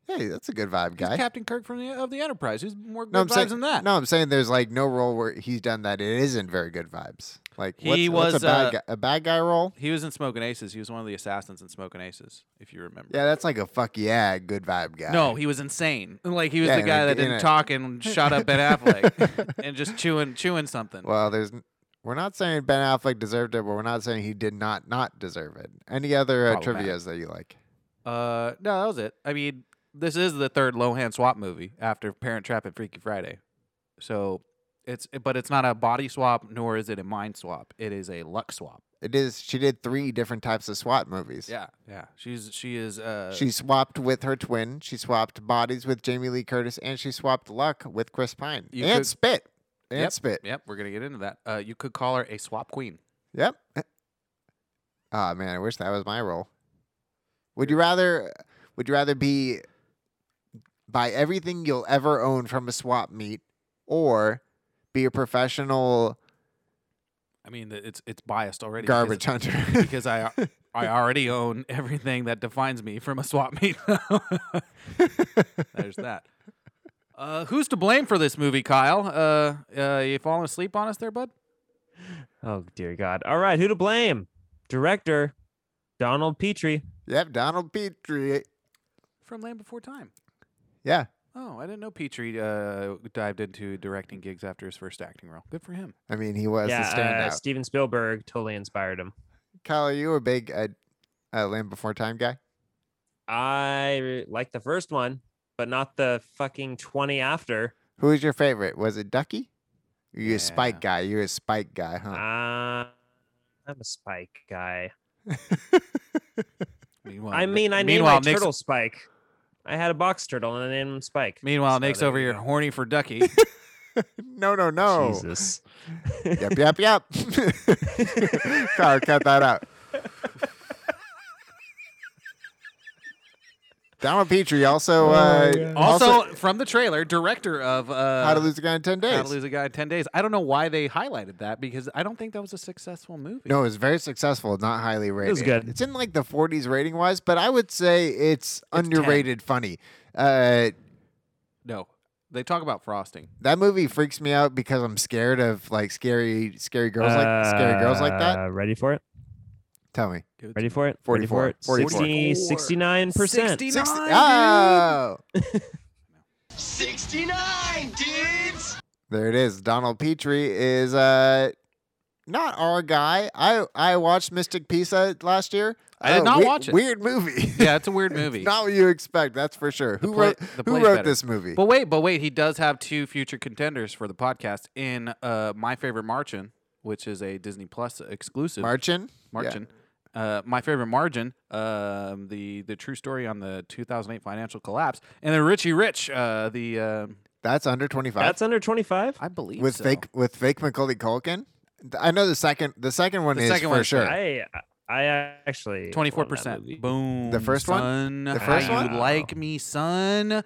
Hey, that's a good vibe guy. He's Captain Kirk from the of the Enterprise. Who's more good no, I'm vibes saying than that? No, I'm saying there's like no role where he's done that. It isn't very good vibes. Like what's, He what's was, a bad uh, guy, a bad guy role. He was in Smoking Aces. He was one of the assassins in Smoking Aces, if you remember. Yeah, that's like a fuck yeah good vibe guy. No, he was insane. Like he was Yeah, the guy like, that in didn't a- talk and shot up Ben Affleck and just chewing chewing something. Well, there's. n- We're not saying Ben Affleck deserved it, but we're not saying he did not not deserve it. Any other uh, Problematic. trivia's that you like? Uh, no, that was it. I mean, this is the third Lohan swap movie after Parent Trap and Freaky Friday. So it's but it's not a body swap nor is it a mind swap. It is a luck swap. It is. She did three different types of SWAT movies. Yeah, yeah. She's she is uh She swapped with her twin. She swapped bodies with Jamie Lee Curtis, and she swapped luck with Chris Pine You and could- spit and yep, spit. Yep, we're gonna get into that. Uh, you could call her a swap queen. Yep. Ah man, I wish that was my role. Would you rather would you rather be buy everything you'll ever own from a swap meet or be a professional I mean, th- it's it's biased already. because- garbage hunter? because I I already own everything that defines me from a swap meet. There's that. Uh, who's to blame for this movie, Kyle? Uh, uh, you falling asleep on us there, bud? Oh dear God! All right, who to blame? Director Donald Petrie. yep, Donald Petrie. From Land Before Time. Yeah. Oh, I didn't know Petrie uh, dived into directing gigs after his first acting role. Good for him. I mean, he was the yeah, uh, standout. Steven Spielberg totally inspired him. Kyle, are you a big uh, uh, Land Before Time guy? I re- like the first one, but not the fucking twenty after. Who was your favorite? Was it Ducky? Are you Yeah. Ah, a Spike guy? You're a Spike guy, huh? Uh, I'm a Spike guy. Meanwhile, I Ni- mean, I named my meanwhile, Nick's, turtle Spike. I had a box turtle and I named him Spike. Meanwhile, So Nick's there over you here go. horny for Ducky. no, no, no. Jesus. yep, yep, yep. Kyle, cut that out. Donald Petrie also uh, also, from the trailer, director of uh, How to Lose a Guy in Ten Days. How to Lose a Guy in 10 Days. I don't know why they highlighted that because I don't think that was a successful movie. no, it was very successful. Not highly rated. was good. It's in like the 40s rating wise, but I would say it's, underrated funny. Uh, No. They talk about frosting. that movie freaks me out because I'm scared of like scary, scary girls like scary girls like that. Uh, Ready for it? Tell me. Ready for it? Ready for 44. it? 60, 69%. 69, dude. Oh, 69, dudes! There it is. Donald Petrie is uh not our guy. I I watched Mystic Pizza last year. I did Uh, not wei- watch it. Weird movie. Yeah, it's a weird movie. not what you expect. That's for sure. Who play- wrote the Who play's wrote better. this movie? But wait, but wait, he does have two future contenders for the podcast in uh, My Favorite Margin, which is a Disney Plus exclusive. Marchin. Margin. Uh, my favorite margin, um, the the true story on the 2008 financial collapse, and then Richie Rich, uh, the um That's under twenty five. That's under 25? I believe With so. fake with fake Macaulay Culkin. Th- I know the second the second one The is second for one is sure. I I actually love that 24 percent. movie. Boom. The first one? son. The How first you one? like me, son? Wow.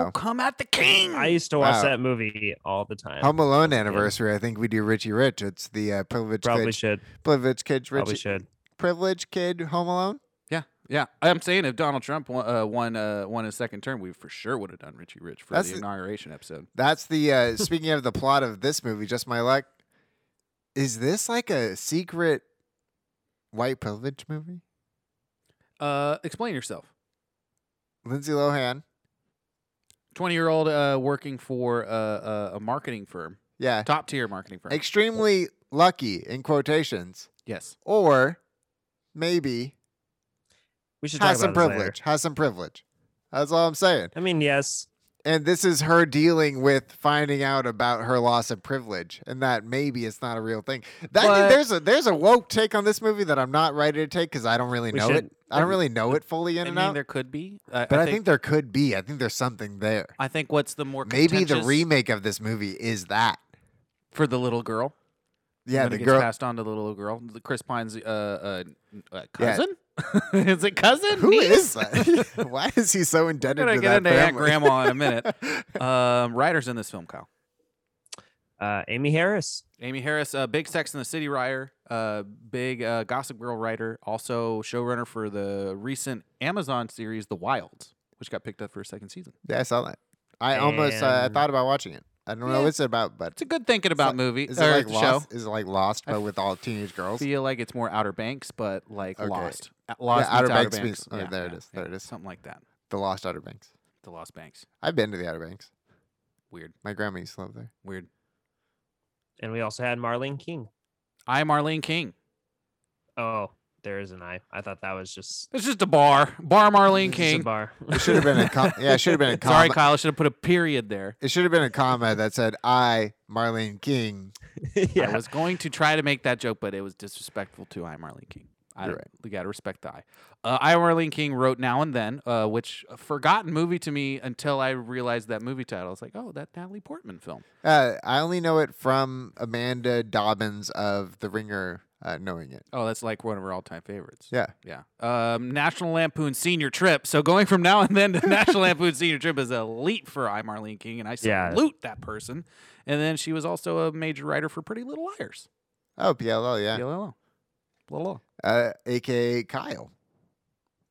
Don't come at the king. I used to watch Wow. that movie all the time. Home Alone anniversary. I think we do Richie Rich. It's the uh, privileged Probably kid. should. Privileged kid. Probably Richie- should. Privileged kid. Home Alone. yeah, yeah. I'm saying if Donald Trump won, uh, won, uh, won his second term, we for sure would have done Richie Rich for That's the the- inauguration episode. That's the uh speaking of the plot of this movie, just my luck. Is this like a secret white privilege movie? Uh, explain yourself. Lindsay Lohan. 20 year old uh, working for uh, uh, a marketing firm, Yeah. top tier marketing firm. Extremely lucky in quotations. yes. Or maybe We should talk has some about this later. privilege. Has some privilege. That's all I'm saying. I mean, yes. And this is her dealing with finding out about her loss of privilege and that maybe it's not a real thing. That, I think But- there's a there's a woke take on this movie that I'm not ready to take because I don't really We know it. should- I don't really know it fully in I and mean, out. there could be. I, But I, I think there could be. I think there's something there. I think what's the more Maybe the contentious remake of this movie is that. for the little girl. Yeah, when the it gets girl. passed on to the little girl. The Chris Pine's uh, uh, uh Yeah. cousin. is it cousin? Who Niece? is that? Why is he so indebted We're gonna to get that into family? Aunt Grandma in a minute. um, writers in this film, Kyle. Uh, Amy Harris. Amy Harris, uh, big Sex in the City writer, uh, big uh, Gossip Girl writer, also showrunner for the recent Amazon series The Wilds, which got picked up for a second season. yeah, I saw that. I almost uh, I And- thought about watching it. I don't know Yeah. what it's about, but It's a good thinking about movie is it or like show. Lost? Is it like Lost, but with all teenage girls? feel like it's more Outer Banks, but like Okay. Lost. Uh, Lost Outer meets Outer Banks meets- oh, there it is, there it is. Something like that. The Lost Outer Banks. The Lost Banks. I've been to the Outer Banks. Weird. My grandma used to live there. Weird. And we also had Marlene King. I'm Marlene King. Oh, there is an I. I thought that was just It's just a bar. Bar Marlene it's just a King. bar. It should have been a com- yeah. It should have been a comma. Sorry, Kyle. I should have put a period there. It should have been a comma that said I Marlene King. I yeah. was going to try to make that joke, but it was disrespectful to I Marlene King. I You're don't- we got to respect the I. Uh, I Marlene King wrote Now and Then, uh, which a forgotten movie to me until I realized that movie title. I was like, oh, that Natalie Portman film. Uh, I only know it from Amanda Dobbins of The Ringer uh, knowing it. Oh, that's like one of her all-time favorites. Yeah. Yeah. Um, National Lampoon Senior Trip. So going from now and then to National Lampoon Senior Trip is a leap for I Marlene King, and I Yeah. salute that person. And then she was also a major writer for Pretty Little Liars. Oh, PLL, yeah. PLL. PLL. Uh, AKA Kyle.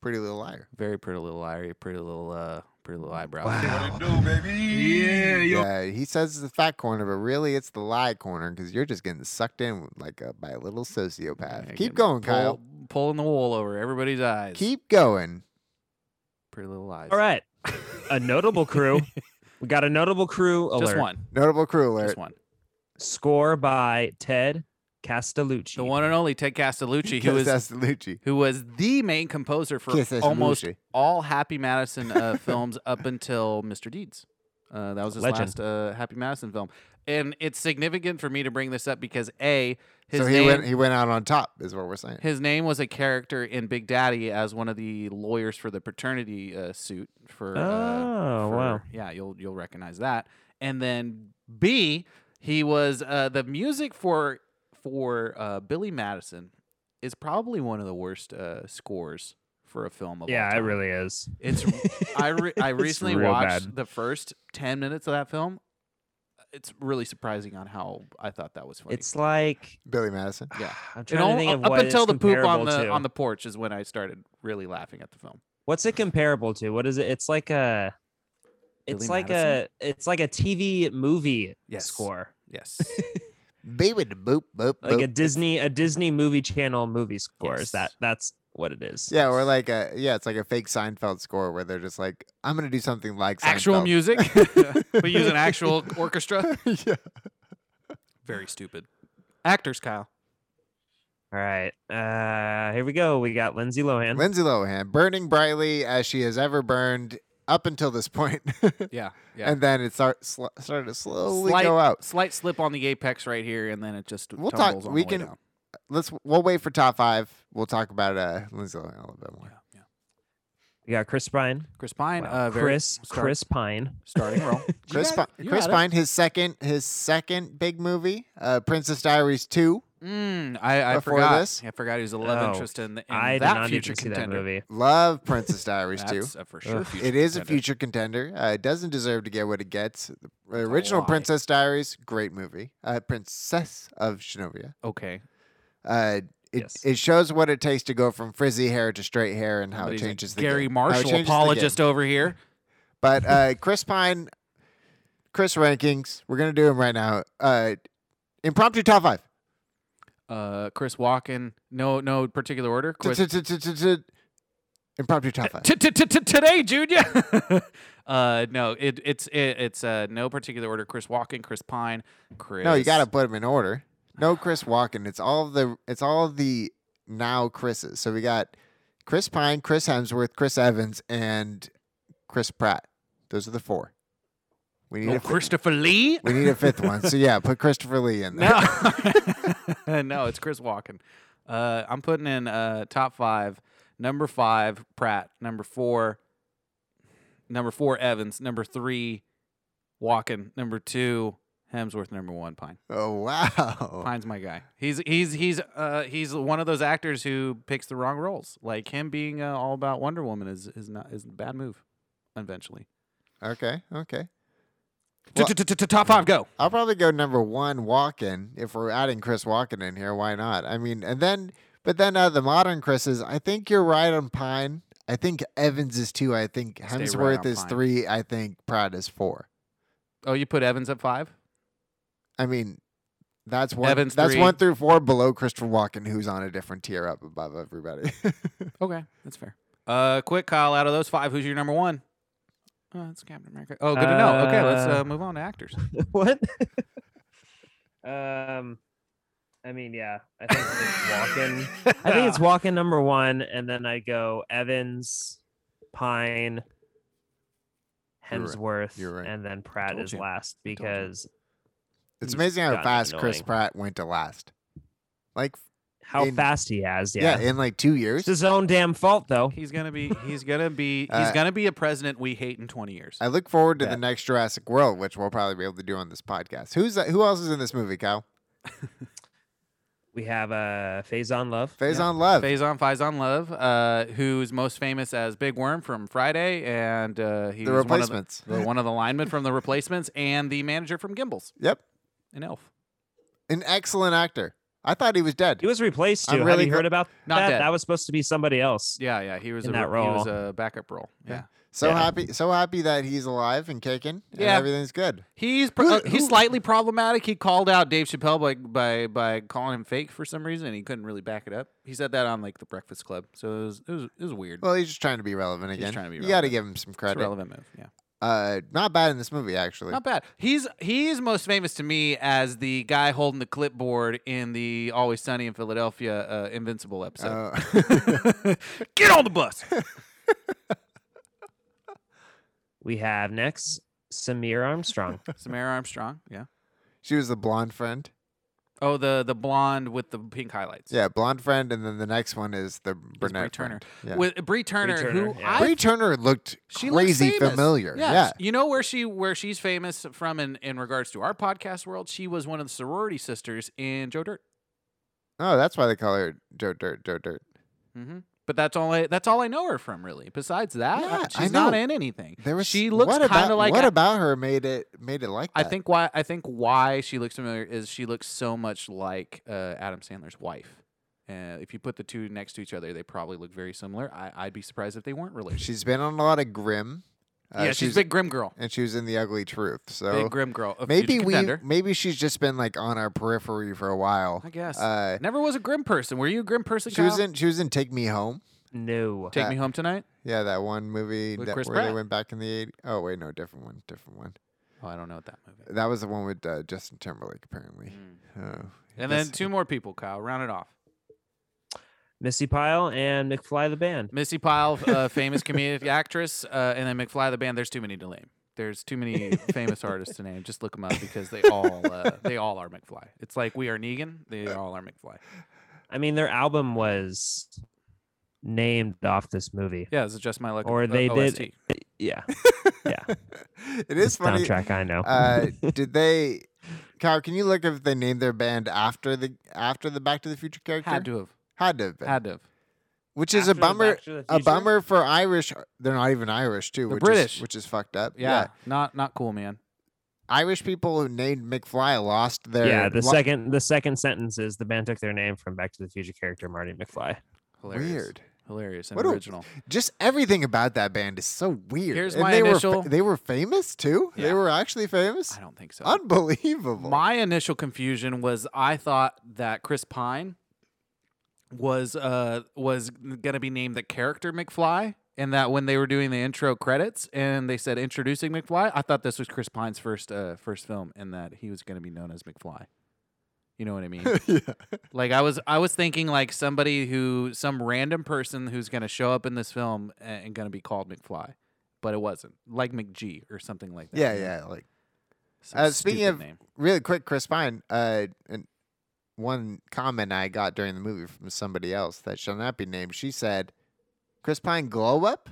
Pretty Little Liar. Very Pretty Little Liar. Pretty Little. Uh, pretty Little Eyebrow. Yeah, he says it's the fat corner, but really it's the lie corner because you're just getting sucked in like a, by a little sociopath. Yeah, Keep getting- going, pull- Kyle. Pulling the wool over everybody's eyes. Keep going. Pretty Little Lies. All right. A notable crew. We got a notable crew alert. Just one. Notable crew alert. Just one. Score by Ted Castellucci. The one and only Ted Castellucci, who Kiss is Castellucci. who was the main composer for Kiss us, almost Lucy. all Happy Madison uh, films up until Mr. Deeds. Uh, that was his Legend. last uh, Happy Madison film, and it's significant for me to bring this up because a his So he name went he went out on top, is what we're saying. his name was a character in Big Daddy as one of the lawyers for the paternity uh, suit for. uh, Oh, for- wow. Yeah, you'll you'll recognize that. And then B, he was uh, the music for for uh, Billy Madison is probably one of the worst uh, scores for a film of all yeah, it time. really is. It's I re- I It's recently real watched bad. the first ten minutes of that film. It's really surprising on how I thought that was funny. It's like Billy Madison. yeah. I'm It trying all- to think of up what until it's the poop on comparable the to. on the porch is when I started really laughing at the film. What's it comparable to? What is it? It's like a. It's Billy like Madison? a. It's like a TV movie Yes. score, Yes, Baby da boop boop like a boop. Disney a Disney movie channel movie score. Yes. Is that that's what it is? yeah, or like a yeah, it's like a fake Seinfeld score where they're just like, I'm gonna do something like actual Seinfeld. music. we use an actual orchestra. yeah. Very stupid. Actors, Kyle. All right. Uh, here we go. We got Lindsay Lohan. Lindsay Lohan burning brightly as she has ever burned up until this point. Yeah, yeah. and then it start, sl- started to slowly slight, go out. slight slip on the apex right here, and then it just We'll talk- tumbles on we the way can- down. Let's we'll wait for top five. We'll talk about uh, Lindsay Lohan a little bit more. Yeah, yeah. We got Chris Pine. Chris Pine. Wow. Uh, very Chris start- Chris Pine. starting role. You Chris got it. Pi- You Chris got Pine, his second his second big movie, uh, Princess Diaries two. it. Mm, I, I Before forgot. this? I forgot he was a love Oh, interest in, the, in I did that not future even see contender. that movie. Love Princess Diaries two. That's a for sure. Ugh. future It is a contender. future contender. Uh, it doesn't deserve to get what it gets. The original lie. Princess Diaries, great movie. Uh, Princess of Shinovia. Okay. Uh, it, Yes. it shows what it takes to go from frizzy hair to straight hair and how Somebody's it a changes the Gary game. How it Marshall changes the game. apologist over here. But uh, Chris Pine, Chris rankings. We're gonna do them right now. Uh, impromptu top five. Uh, Chris Walken. No, no particular order. Chris T-t-t-t-t-t- Impromptu top five. T- t- t- t- today, Junior. uh, no, it, it's it, it's uh, no particular order. Chris Walken, Chris Pine, Chris. No, you gotta put them in order. No Chris Walken. It's all the it's all the now Chris's. So we got Chris Pine, Chris Hemsworth, Chris Evans, and Chris Pratt. Those are the four. We need Oh, a fi- Christopher Lee? we need a fifth one. So yeah, put Christopher Lee in there. No, no, it's Chris Walken. Uh, I'm putting in uh, top five. Number five, Pratt. Number four, number four, Evans. Number three, Walken. Number two, Hemsworth. Number one, Pine. Oh wow. Pine's my guy. He's he's he's uh, he's one of those actors who picks the wrong roles. Like him being uh, all about Wonder Woman is is not is a bad move. Eventually, Okay, okay. Well- top five go. I'll probably go number one, Walken. If we're adding Chris Walken in here, why not? I mean, and then, but then uh, the modern Chris's. I think you're right on Pine. I think Evans is two. I think Stay right Hemsworth on is Pine. three. I think Pratt is four. Oh, you put Evans at five. I mean, that's one. Evans that's three. one through four below Christopher Walken, who's on a different tier up above everybody. Okay, that's fair. Uh, quick, Kyle. Out of those five, who's your number one? Oh, that's Captain America. Oh, good to know. Okay, let's Uh, uh, move on to actors. what? um, I mean, yeah, I think it's walking. I think it's walking number one, and then I go Evans, Pine, You're right. Hemsworth, You're right. and then Pratt Told is you. last because it's He's amazing how gotten fast Chris annoying. Pratt went to last. Like, how In- fast he has. yeah, Yeah, in like two years. it's his own damn fault though. He's gonna be. He's gonna be. He's Uh, gonna be a president we hate in twenty years. I look forward to Yeah. the next Jurassic World, which we'll probably be able to do on this podcast. Who's who else is in this movie, Kyle? We have a uh, phase on love. Phase on Love. Faison Faison Love, uh, who's most famous as Big Worm from Friday, and uh, he The was Replacements. one of the, the, one of the linemen from the Replacements, and the manager from Gimbals, Yep, an elf. an excellent actor. I thought he was dead. He was replaced I'm too. really have you gl- heard about Not that? dead. That was supposed to be somebody else. Yeah, yeah, he was In a that he was role. a backup role. Yeah, So Yeah. happy, so happy that he's alive and kicking, and Yeah. everything's good. he's pro- uh, he's slightly problematic. He called out Dave Chappelle by, by by calling him fake for some reason, and he couldn't really back it up. He said that on like the Breakfast Club, so it was it was, it was weird. Well, he's just trying to be relevant again. trying to be you got to relevant. give him some it's a credit. relevant move. Yeah. Uh, not bad in this movie actually. Not bad. He's he's most famous to me as the guy holding the clipboard in the Always Sunny in Philadelphia uh, Invincible episode. Uh, Get on the bus. We have next Samir Armstrong. Samara Armstrong. Yeah. she was the blonde friend. Oh, the the blonde with the pink highlights. Yeah, blonde friend, and then the next one is the It's brunette Bree Turner. friend. Yeah. With Bree Turner, who Turner, yeah. I Bree Turner looked she looks crazy famous. familiar. Yes. Yeah, You know where she where she's famous from in, in regards to our podcast world? She was one of the sorority sisters in Joe Dirt. Oh, that's why they call her Joe Dirt, Joe Dirt. hmm But that's all I that's all I know her from really. Besides that, I- Yeah, I she's not know. in anything. There was she looks what kind about- of like what a- about her made it made it like I that? think why I think why she looks familiar is she looks so much like uh, Adam Sandler's wife. Uh, if you put the two next to each other, they probably look very similar. I, I'd be surprised if they weren't related. she's been on a lot of Grimm. Uh, yeah, she's, she's big grim girl, and she was in The Ugly Truth. So big grim girl. a maybe future we contender, maybe she's just been like on our periphery for a while. I guess Uh, never was a grim person. Were you a grim person? she was Kyle? in she was in Take Me Home. No. Take uh, Me Home Tonight. Yeah, that one movie With that, where Chris they Pratt. went back in the 80s. Oh wait, no, different one, different one. Oh, I don't know what that movie. That was the one with uh, Justin Timberlake apparently. Mm. Oh, And guess- then two more people, Kyle. Round it off. Missy Pyle and McFly the band. Missy Pyle, uh, famous comedic actress, uh, and then McFly the band. There's too many to name. There's too many famous artists to name. Just look them up because they all uh, they all are McFly. It's like we are Negan. They all are McFly. I mean, their album was named off this movie. Yeah, it's just my luck. uh, Or they did- OST. Yeah. it is funny. Soundtrack I know. Uh, did they? Kyle, can you look if they named their band after the after the Back to the Future character? had to have Had to have been. had to have. which is After a the bummer. Back to the A Future? bummer for Irish. They're not even Irish too. They're which British. Is, which is fucked up. Yeah, not not cool, man. Irish people who named McFly lost their. Yeah, the lo- second the second sentence is the band took their name from Back to the Future character Marty McFly. Hilarious. Weird. Hilarious and What a- original. Just everything about that band is so weird. Here's And my they Were initial- fa- they were famous too. They Yeah. were actually famous. I don't think so. Unbelievable. My initial confusion was I thought that Chris Pine was uh was gonna be named the character McFly, and that when they were doing the intro credits and they said introducing McFly, I thought this was Chris Pine's first uh first film, and that he was gonna be known as McFly. You know what I mean? yeah. like I was I was thinking like somebody who some random person who's gonna show up in this film a- and, gonna be called McFly. but it wasn't. Like McG or something like that. Yeah, you know? yeah. Like Some Uh, speaking stupid of- name. really quick, Chris Pine. Uh, and one comment I got during the movie from somebody else that shall not be named. She said, "Chris Pine glow up,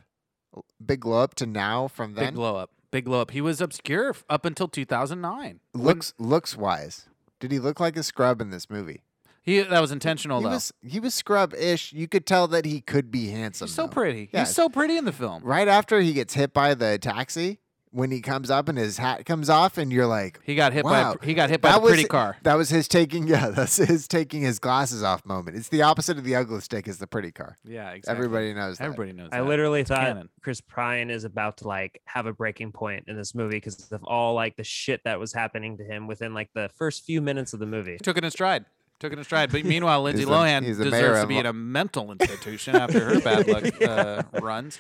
big glow up to now from big then blow up, big blow up. He was obscure f- up until 2009. looks looks wise. Did he look like a scrub in this movie? He that was intentional He though. was he was scrub ish. You could tell that he could be handsome. He's so though. pretty. Yeah. He's so pretty in the film. Right after he gets hit by the taxi, when he comes up and his hat comes off, and you're like, He got hit by Wow. a, pr- he got hit by a was pretty car. That was his taking. Yeah, that's his taking his glasses off moment. It's the opposite of the ugly stick is the pretty car. Yeah, exactly. Everybody knows. That. Everybody knows. I that. literally thought canon. Chris Pine is about to like have a breaking point in this movie because of all like the shit that was happening to him within like the first few minutes of the movie. took it in stride. Took it in stride. But meanwhile, Lindsay He's the- Lohan he's the mayor deserves to of be Lo- in a mental institution after her bad luck uh, runs.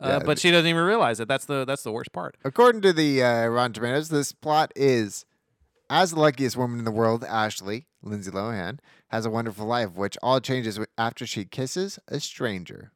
Uh, Yeah. but she doesn't even realize it. That's the that's the worst part. According to the uh, Rotten Tomatoes, this plot is as the luckiest woman in the world, Ashley Lindsay Lohan has a wonderful life, which all changes wi- after she kisses a stranger,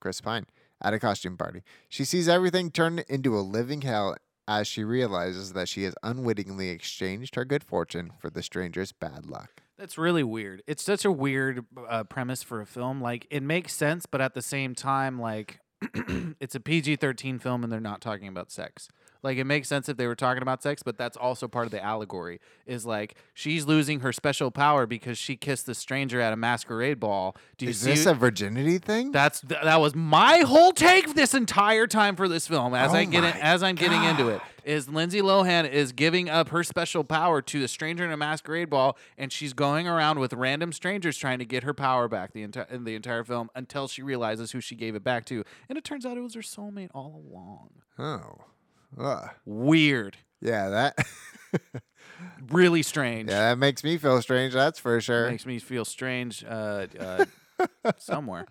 Chris Pine, at a costume party. She sees everything turn into a living hell as she realizes that she has unwittingly exchanged her good fortune for the stranger's bad luck. That's really weird. It's such a weird uh, premise for a film. Like it makes sense, but at the same time, like it's a PG thirteen film, and they're not talking about sex. Like it makes sense if they were talking about sex, but that's also part of the allegory. Is like she's losing her special power because she kissed the stranger at a masquerade ball. Do you Is see? this a virginity thing? That's th- that was my whole take this entire time for this film. As Oh I get in, my as I'm getting into it, is Lindsay Lohan is giving up her special power to a stranger in a masquerade ball, and she's going around with random strangers trying to get her power back the entire in the entire film until she realizes who she gave it back to, and it turns out it was her soulmate all along. oh. Ugh. Weird, Yeah, that really strange. Yeah, that makes me feel strange, that's for sure. Makes me feel strange. Uh, uh, somewhere.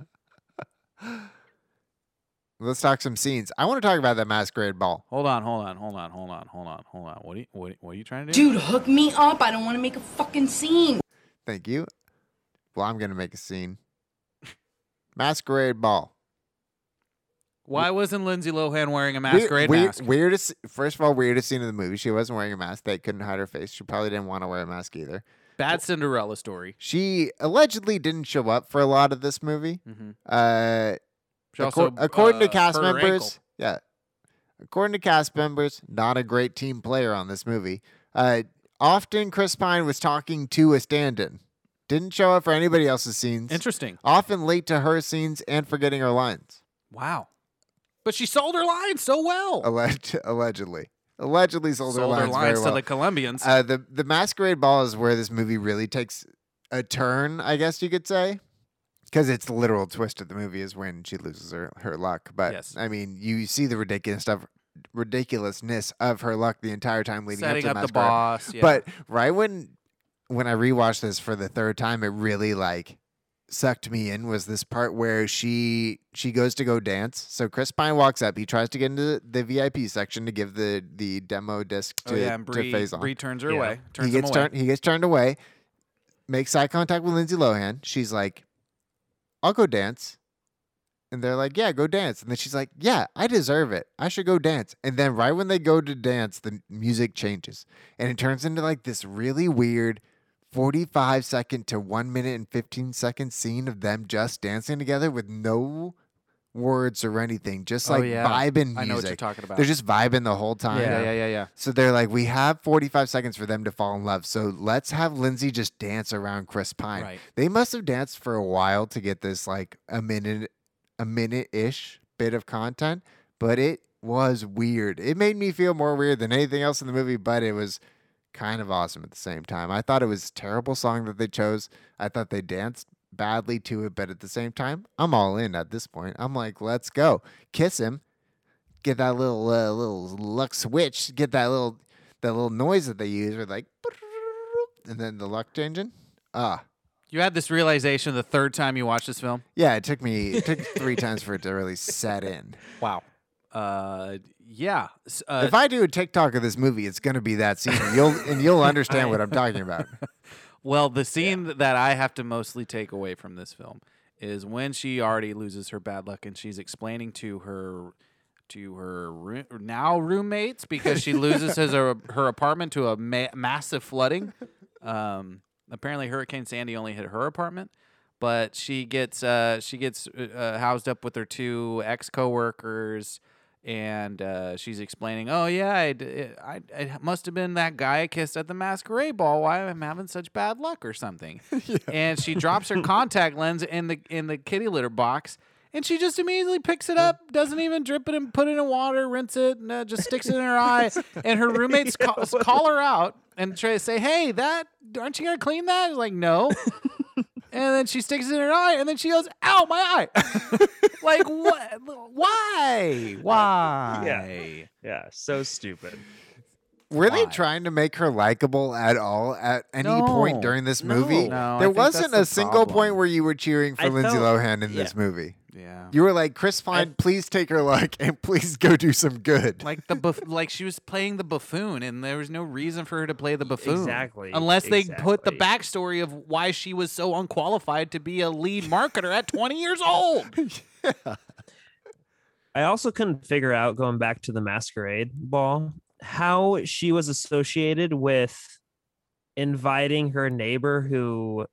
Let's talk some scenes. I want to talk about that masquerade ball. Hold on, hold on, hold on, hold on, hold on, hold on. What are you, what, are- what are you trying to do? Dude, hook me up. I don't want to make a fucking scene. Thank you. Well, I'm going to make a scene. Masquerade ball. Why wasn't Lindsay Lohan wearing a Weir- masquerade weir- mask? Weirdest, first of all, weirdest scene of the movie. She wasn't wearing a mask. They couldn't hide her face. She probably didn't want to wear a mask either. Bad Cinderella story. She allegedly didn't show up for a lot of this movie. Mm-hmm. Uh, She Acco- also, according uh, to cast hurt her ankle. members, yeah. According to cast members, not a great team player on this movie. Uh, often Chris Pine was talking to a stand-in, didn't show up for anybody else's scenes. Interesting. Often late to her scenes and forgetting her lines. Wow. But she sold her lines so well. Alleg- allegedly, allegedly sold, her lines, very to well. the Colombians. Uh, the the masquerade ball is where this movie really takes a turn, I guess you could say, because its literal twist of the movie is when she loses her her luck. But Yes. I mean, you see the ridiculous stuff, ridiculousness of her luck the entire time leading setting up to up, the masquerade. the boss. Yeah. But right when when I rewatched this for the third time, it really like sucked me in was this part where she she goes to go dance. So Chris Pine walks up, he tries to get into the VIP section to give the the demo disc to, oh, yeah, and to Bree, Faison Bree turns her Yeah. away. Turns he him gets away. turned he gets turned away makes eye contact with lindsay lohan she's like i'll go dance and they're like yeah go dance and then she's like yeah i deserve it i should go dance and then right when they go to dance the music changes and it turns into like this really weird 45 second to 1 minute and 15 second scene of them just dancing together with no words or anything just Oh, like yeah. vibing music I know what you're talking about. they're just vibing the whole time yeah, yeah, yeah, yeah. so they're like, we have 45 seconds for them to fall in love. So let's have Lindsay just dance around Chris Pine. Right. They must have danced for a while to get this like a minute, a minute ish bit of content, but it was weird. It made me feel more weird than anything else in the movie, but it was kind of awesome at the same time. I thought it was a terrible song that they chose. I thought they danced badly to it, but at the same time, I'm all in at this point. I'm like, let's go. Kiss him get that little uh, little luck switch, get that little that little noise that they use, where like, and then the luck changing. Ah, You had this realization the third time you watched this film. yeah. It took me it took three times for it to really set in. Wow. Uh, yeah. S- Uh, If I do a TikTok of this movie, it's gonna be that scene. and You'll and you'll understand what I'm talking about. Well, the scene th- that I have to mostly take away from this film is when she already loses her bad luck and she's explaining to her to her roo- now roommates because she loses his her, her apartment to a ma- massive flooding. Um, apparently, Hurricane Sandy only hit her apartment, but she gets uh, she gets uh, uh, housed up with her two ex coworkers. And uh, she's explaining, "Oh yeah, I, d- I, I must have been that guy I kissed at the masquerade ball. Why I'm having such bad luck or something." And she drops her contact lens in the in the kitty litter box, and she just immediately picks it up, doesn't even drip it and put it in water, rinse it, and uh, just sticks it in her eye. And her roommates call, call her out and try to say, "Hey, that aren't you gonna clean that?" She's like, "No." and then she sticks it in her eye, and then she goes, "Ow, my eye!" like what? Why? Why? Yeah, so stupid. Were they Why? trying to make her likable at all at any point No. during this No. movie? No, I there think that's wasn't the a single point problem. where you were cheering for I Lindsay felt- Lohan in yeah. this movie. Yeah. You were like, Chris Pine, please take her luck and please go do some good. Like the buff- like she was playing the buffoon, and there was no reason for her to play the buffoon. Exactly, Unless they put the exactly. backstory of why she was so unqualified to be a lead marketer at 20 years old. I also couldn't figure out going back to the masquerade ball how she was associated with inviting her neighbor who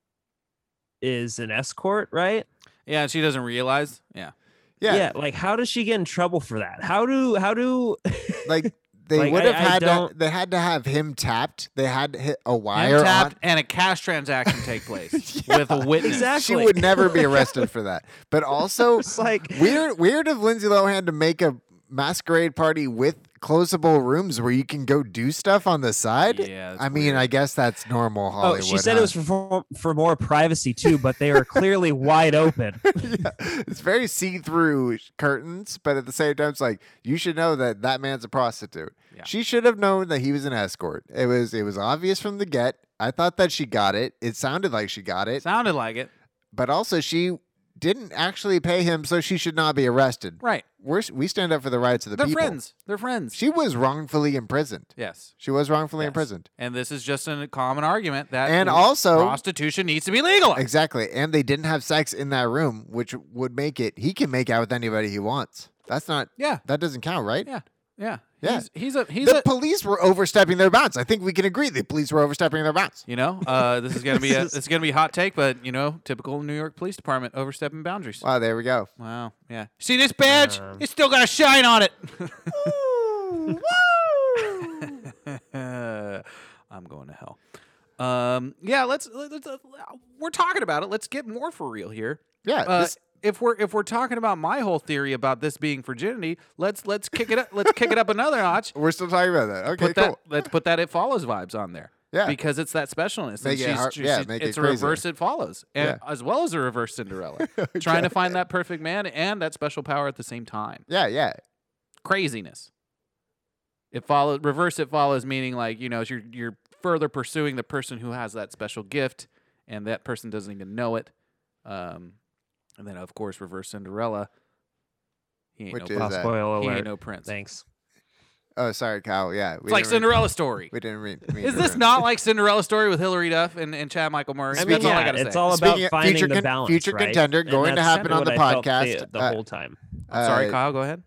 is an escort, right? Yeah, she doesn't realize. Yeah. yeah, like how does she get in trouble for that? How do how do like they Like, would I- have I had to, don't- they had to have him tapped. They had to hit a wire Wire on- tapped and a cash transaction take place with a witness. She Exactly. would never be arrested for that. But also, It's like weird weird of Lindsay Lohan to make a masquerade party with closable rooms where you can go do stuff on the side. Yeah, that's I mean, weird. I guess that's normal Oh, Hollywood. she said huh? it was for for more privacy too, but they were clearly wide open. yeah, it's very see-through curtains, but at the same time, it's like you should know that that man's a prostitute. Yeah. She should have known that he was an escort. It was it was obvious from the get. I thought that she got it. It sounded like she got it, Sounded like it. but also she didn't actually pay him, so she should not be arrested. Right. We're, we stand up for the rights of the They're people. friends. They're friends. She was wrongfully imprisoned. yes. She was wrongfully Yes. imprisoned. And this is just a common argument that And w- also- prostitution needs to be legalized. Exactly. And they didn't have sex in that room, which would make it he can make out with anybody he wants. That's not Yeah. That doesn't count, right? Yeah. Yeah. Yeah. He's, he's a he's the a police were overstepping their bounds. I think we can agree the police were overstepping their bounds. You know, uh, this is gonna be a this is gonna be a hot take, but you know, typical New York Police Department overstepping boundaries. Wow, Wow, Ah, there we go. yeah. See this badge? it's still got a shine on it. I'm going to hell. Um, yeah, let's, let's uh, we're talking about it. Let's get more for real here. Yeah, Uh, this- if we're if we're talking about my whole theory about this being virginity, let's let's kick it up. Let's kick it up another notch We're still talking about that. Okay, put that cool. let's put that it follows vibes on there. Yeah. Because it's that specialness. and Make it she's- hard- she- yeah, she- make it it's a crazier. reverse it follows. And as well as a reverse Cinderella. Trying to find that perfect man and that special power at the same time. Yeah, yeah. Craziness. It follows reverse it follows meaning like, you know, you're you're further pursuing the person who has that special gift and that person doesn't even know it. Um and then of course reverse Cinderella. He ain't Which no is I'll that? spoil prince. He ain't alert. no prince. Thanks. Oh, sorry, Kyle. Yeah. It's like Cinderella story. We didn't read. mean Is to this ruin- not like Cinderella story with Hillary Duff and, and Chad Michael Murray? I mean, That's all I yeah, gotta it's say. all about Speaking of finding future the con- balance. future right? contender And going to that's happen kinda on the what I felt podcast. The, the Uh, whole time, I'm sorry, uh, Kyle. Go ahead.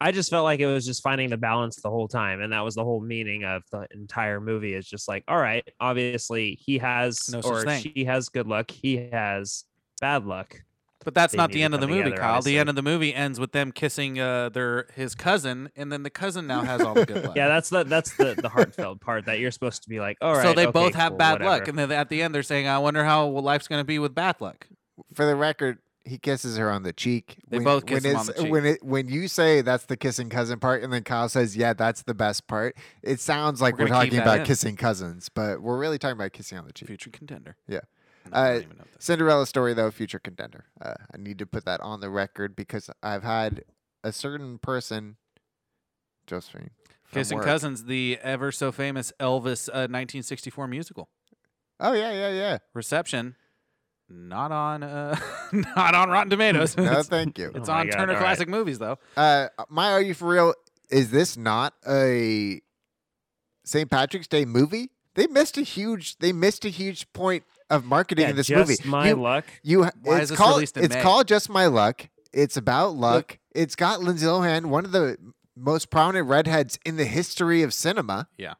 I just felt like it was just finding the balance the whole time, and that was the whole meaning of the entire movie. Is just like, all right, obviously he has No such or thing. she has good luck, he has bad luck. Uh, But that's they not need the to end of the come movie, together, Kyle. obviously. The end of the movie ends with them kissing uh, their his cousin, and then the cousin now has all the good luck. Yeah, that's the that's the the heartfelt part that you're supposed to be like, all right. so they okay, both have cool, bad whatever. luck, and then at the end they're saying, "I wonder how life's going to be with bad luck." for the record, he kisses her on the cheek. They both kiss when him on it's- the cheek. When it when you say that's the kissing cousin part, and then Kyle says, "Yeah, that's the best part." It sounds like We're we're, gonna keep talking that about in. kissing cousins, but we're really talking about kissing on the cheek. Future contender. Yeah. No, I Uh, don't even know that. Cinderella story though, future contender. Uh, I need to put that on the record because I've had a certain person, Josephine, from Kissing work- cousins, the ever so famous Elvis uh, 1964 musical Oh yeah, yeah, yeah. reception, not on uh, not on Rotten Tomatoes. No, it's thank you. it's Oh my on God, Turner all right. Classic Movies though. Uh, my are you for real? Is this not a St. Patrick's Day movie? They missed a huge. They missed a huge point of marketing Yeah, in this just movie. my you, luck. you- Why it's is this called released in it's May? called just my luck. It's about luck. It's got Lindsay Lohan, one of the most prominent redheads in the history of cinema. Yeah.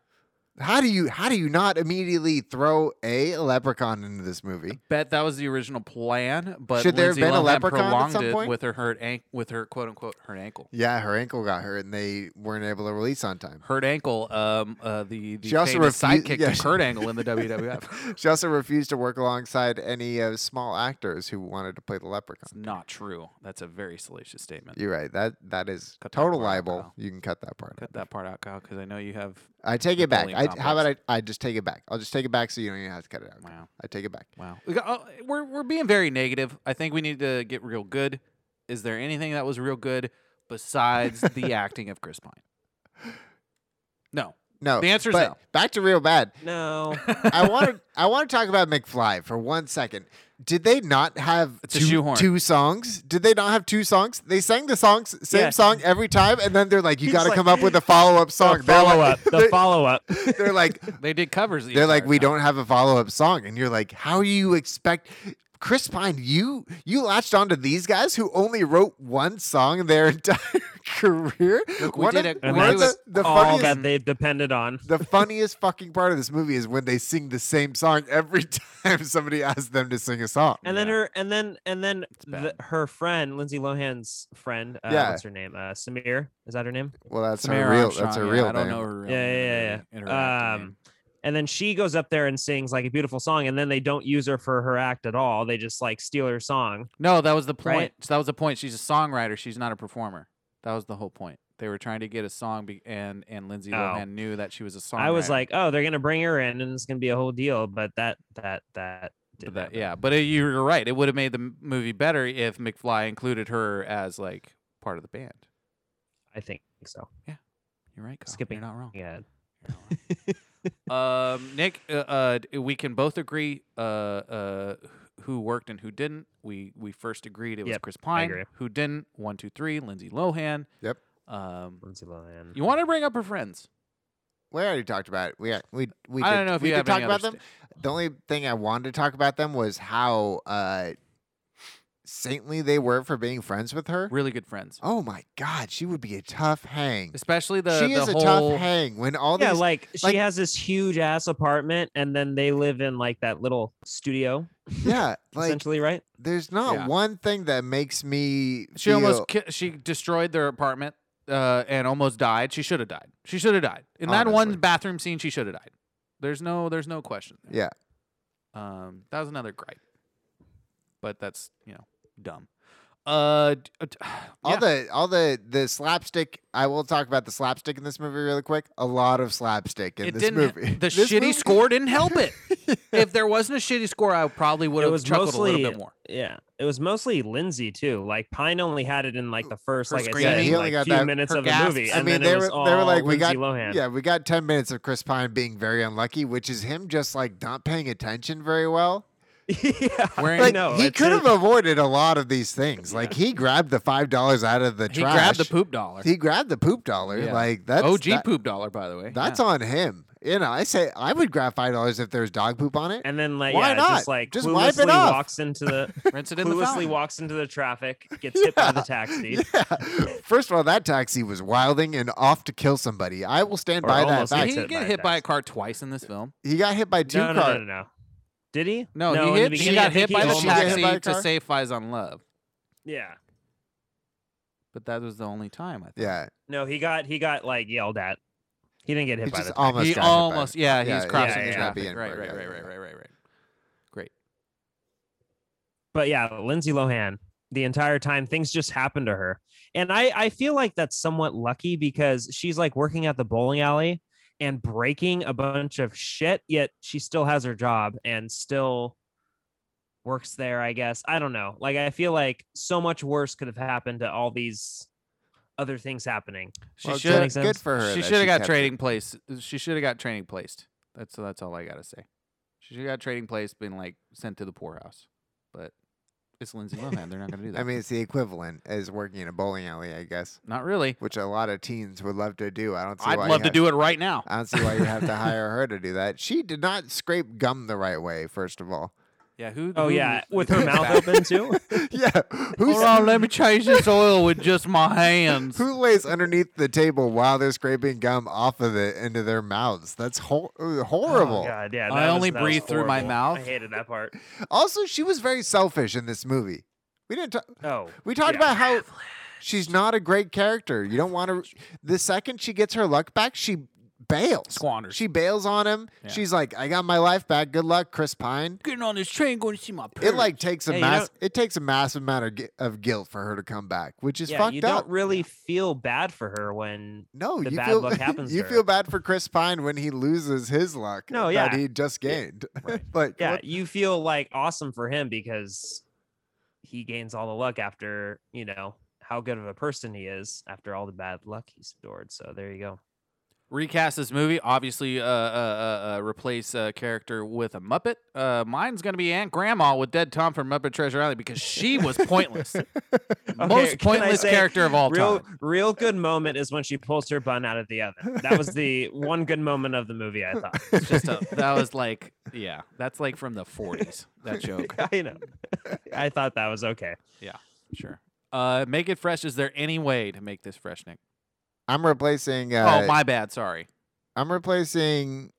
How do you how do you not immediately throw a leprechaun into this movie? Bet that was the original plan, but Should there have Lindsay been a Lohan leprechaun at prolonged some it point? with her hurt an- with her quote unquote hurt ankle. Yeah, her ankle got hurt and they weren't able to release on time. Hurt ankle. Um. Uh. The the She also famous refu- sidekick yeah, to she- Kurt Angle in the WWF. She also refused to work alongside any uh, small actors who wanted to play the leprechaun. Not true. That's a very salacious statement. You're right. That that is Cut that total part out, libel. Kyle. You can cut that part. out. Cut that part out, Kyle, because I know you have. I take it back. I, Napoleon how about I, complex. I just take it back? I'll just take it back so you don't even have to cut it out. Wow. I take it back. Wow. We got, oh, we're we're being very negative. I think we need to get real good. Is there anything that was real good besides the acting of Chris Pine? No. No, The answer's but no. Back to real bad. No. I want to I want to talk about McFly for one second. Did they not have It's a two, shoehorn. two songs? Did they not have two songs? They sang the songs, same Yeah. song every time, and then they're like, "You He's got to like, come up with a follow up song." The They're like- follow up. The they're- follow up. they're like, They did covers. the They're like, entire we time. don't have a follow up song, and you're like, how do you expect? Chris Pine, you you latched onto these guys who only wrote one song their entire career. Look, we One did of- it. And one We of do the, it the All funniest, that they've depended on. the funniest fucking part of this movie is when they sing the same song every time somebody asks them to sing a song. And then her, and then and then the, bad. her friend, Lindsay Lohan's friend. Uh, Yeah. What's her name? Uh, Samir. Is that her name? Well, that's Tamara her real. Armstrong, that's her yeah, real I don't name. know her real Yeah, name, yeah, but they interacted Um, and then she goes up there and sings like a beautiful song, and then they don't use her for her act at all. They just like steal her song. No, that was the point. Right? That was the point. She's a songwriter. She's not a performer. That was the whole point. They were trying to get a song, be- and and Lindsay Oh. Lohan knew that she was a songwriter. I was like, oh, they're gonna bring her in, and it's gonna be a whole deal. But that that that But did that- yeah, but uh you're right. It would have made the m- movie better if McFly included her as like part of the band. I think so. You're right, Kyle. Skipping. You're not wrong. Yeah. Um, Nick, uh, uh, d- we can both agree uh, uh, who worked and who didn't. We we first agreed it was Yep, Chris Pine. agree. Who didn't? One, two, three. Lindsay Lohan. Yep. Um, Lindsay Lohan. you want to bring up her friends? We already talked about it. We we we. I did- don't know if we you did have talk any about other them. The only thing I wanted to talk about them was how uh, saintly they were for being friends with her. Really good friends. Oh my God, she would be a tough hang. Especially the she the is a whole tough hang when all yeah, these. like she like- has this huge ass apartment, and then they live in like that little studio, yeah, like essentially, right? there's not Yeah. one thing that makes me. She almost feel- ki- she destroyed their apartment uh, and almost died. She should have died. She should have died in that Honestly. one bathroom scene. She should have died. There's no there's no question. there. Yeah, Um, that was another gripe, but that's you know dumb. Uh, d- uh, t- all yeah. the all the the slapstick. I will talk about the slapstick in this movie really quick. A lot of slapstick in it this didn't movie. the This shitty movie- score didn't help it. If there wasn't a shitty score, I probably would have was chuckled a mostly little bit more. Yeah, it was mostly Lindsay too. Like Pine only had it in like the first, Her like I screaming. said, He only like, got few that- minutes her of the gasps. movie. I and mean, then they it was were they were all like, we Lindsay got Lohan. yeah, we got ten minutes of Chris Pine being very unlucky, which is him just like not paying attention very well. yeah, Wearing- Like no, he it's could a- have avoided a lot of these things. Like he grabbed the five dollars out of the He trash. grabbed the poop dollar. He grabbed the poop dollar. Yeah. Like that's OG that- poop dollar, by the way. That's Yeah. on him. You know, I say I would grab five dollars if there's dog poop on it. And then like Why yeah, not? just like Just wipe it cluelessly off. walks into the rinse it in the cluelessly fountain. walks into the traffic, gets hit by the taxi. Yeah. First of all, that taxi was wilding and off to kill somebody. I will stand Or by that almost fact. Did gets he hit by get a hit by a taxi. car twice in this film? He got hit by two No, no, cars. no, no, no. Did he? No, in he the hit. He beginning, I got think hit he by the almost- She got hit taxi by a to car? save Fies on Love, Yeah. but that was the only time I think. Yeah, No, he got he got like yelled at. He didn't get hit he by just the taxi. almost. got he hit by almost. it. Yeah, Yeah, he's yeah, crossing yeah, traffic. yeah. Right, right, Yeah, right, yeah, right, yeah. right, right, right. but yeah, Lindsay Lohan the entire time things just happen to her. And I I feel like that's somewhat lucky because she's like working at the bowling alley and breaking a bunch of shit yet she still has her job and still works there, I guess. I don't know. Like I feel like so much worse could have happened to all these other things happening. She Well, should. good, good for her. She that should have got kept it. trading place. She should have got training placed. That's that's all I gotta say. She should have got trading placed, been like sent to the poorhouse. But it's Lindsay Lohan. They're not gonna do that. I mean, it's the equivalent as working in a bowling alley, I guess, not really. which a lot of teens would love to do. I don't see I'd why. love to do it right now. I don't see why you have to hire her to do that. She did not scrape gum the right way, first of all. Yeah, who? Mm. Oh who yeah, is- with is her that? mouth open too. yeah. Who's Hold on, let me change this oil with just my hands. Who lays underneath the table while they're scraping gum off of it into their mouths? That's hor- uh, horrible. Oh, God, yeah. I that was- only that was breathe through my horrible. mouth. I hated that part. also, she was very selfish in this movie. We didn't. talk Oh, we talked yeah. about how she's not a great character. You don't want to. The second she gets her luck back, she bails. Squanders. She bails on him. She's like, "I got my life back. Good luck, Chris Pine." Getting on this train, going to see my It like takes a Yeah, you mass. don't- It takes a massive amount of, gu- of guilt for her to come back, which is yeah, fucked you up. don't really feel bad for her when. No, the you bad feel luck happens you to feel her. bad for Chris Pine when he loses his luck No, that yeah. he just gained. like Yeah, what- you feel like awesome for him because he gains all the luck after you know how good of a person he is after all the bad luck he's endured. So there you go. recast this movie. Obviously, uh, uh, uh, uh, replace a character with a Muppet. Uh, mine's gonna be Aunt Grandma with Dead Tom from Muppet Treasure Island because she was pointless, Okay, most can I pointless say, character of all real, time. real good moment is when she pulls her bun out of the oven. That was the one good moment of the movie. I thought. It's just a, that was like, yeah, that's like from the '40s. That joke, I know. I thought that was okay. sure. Uh, make it fresh. Is there any way to make this fresh, Nick? I'm replacing. Uh, oh, my bad. Sorry. I'm replacing.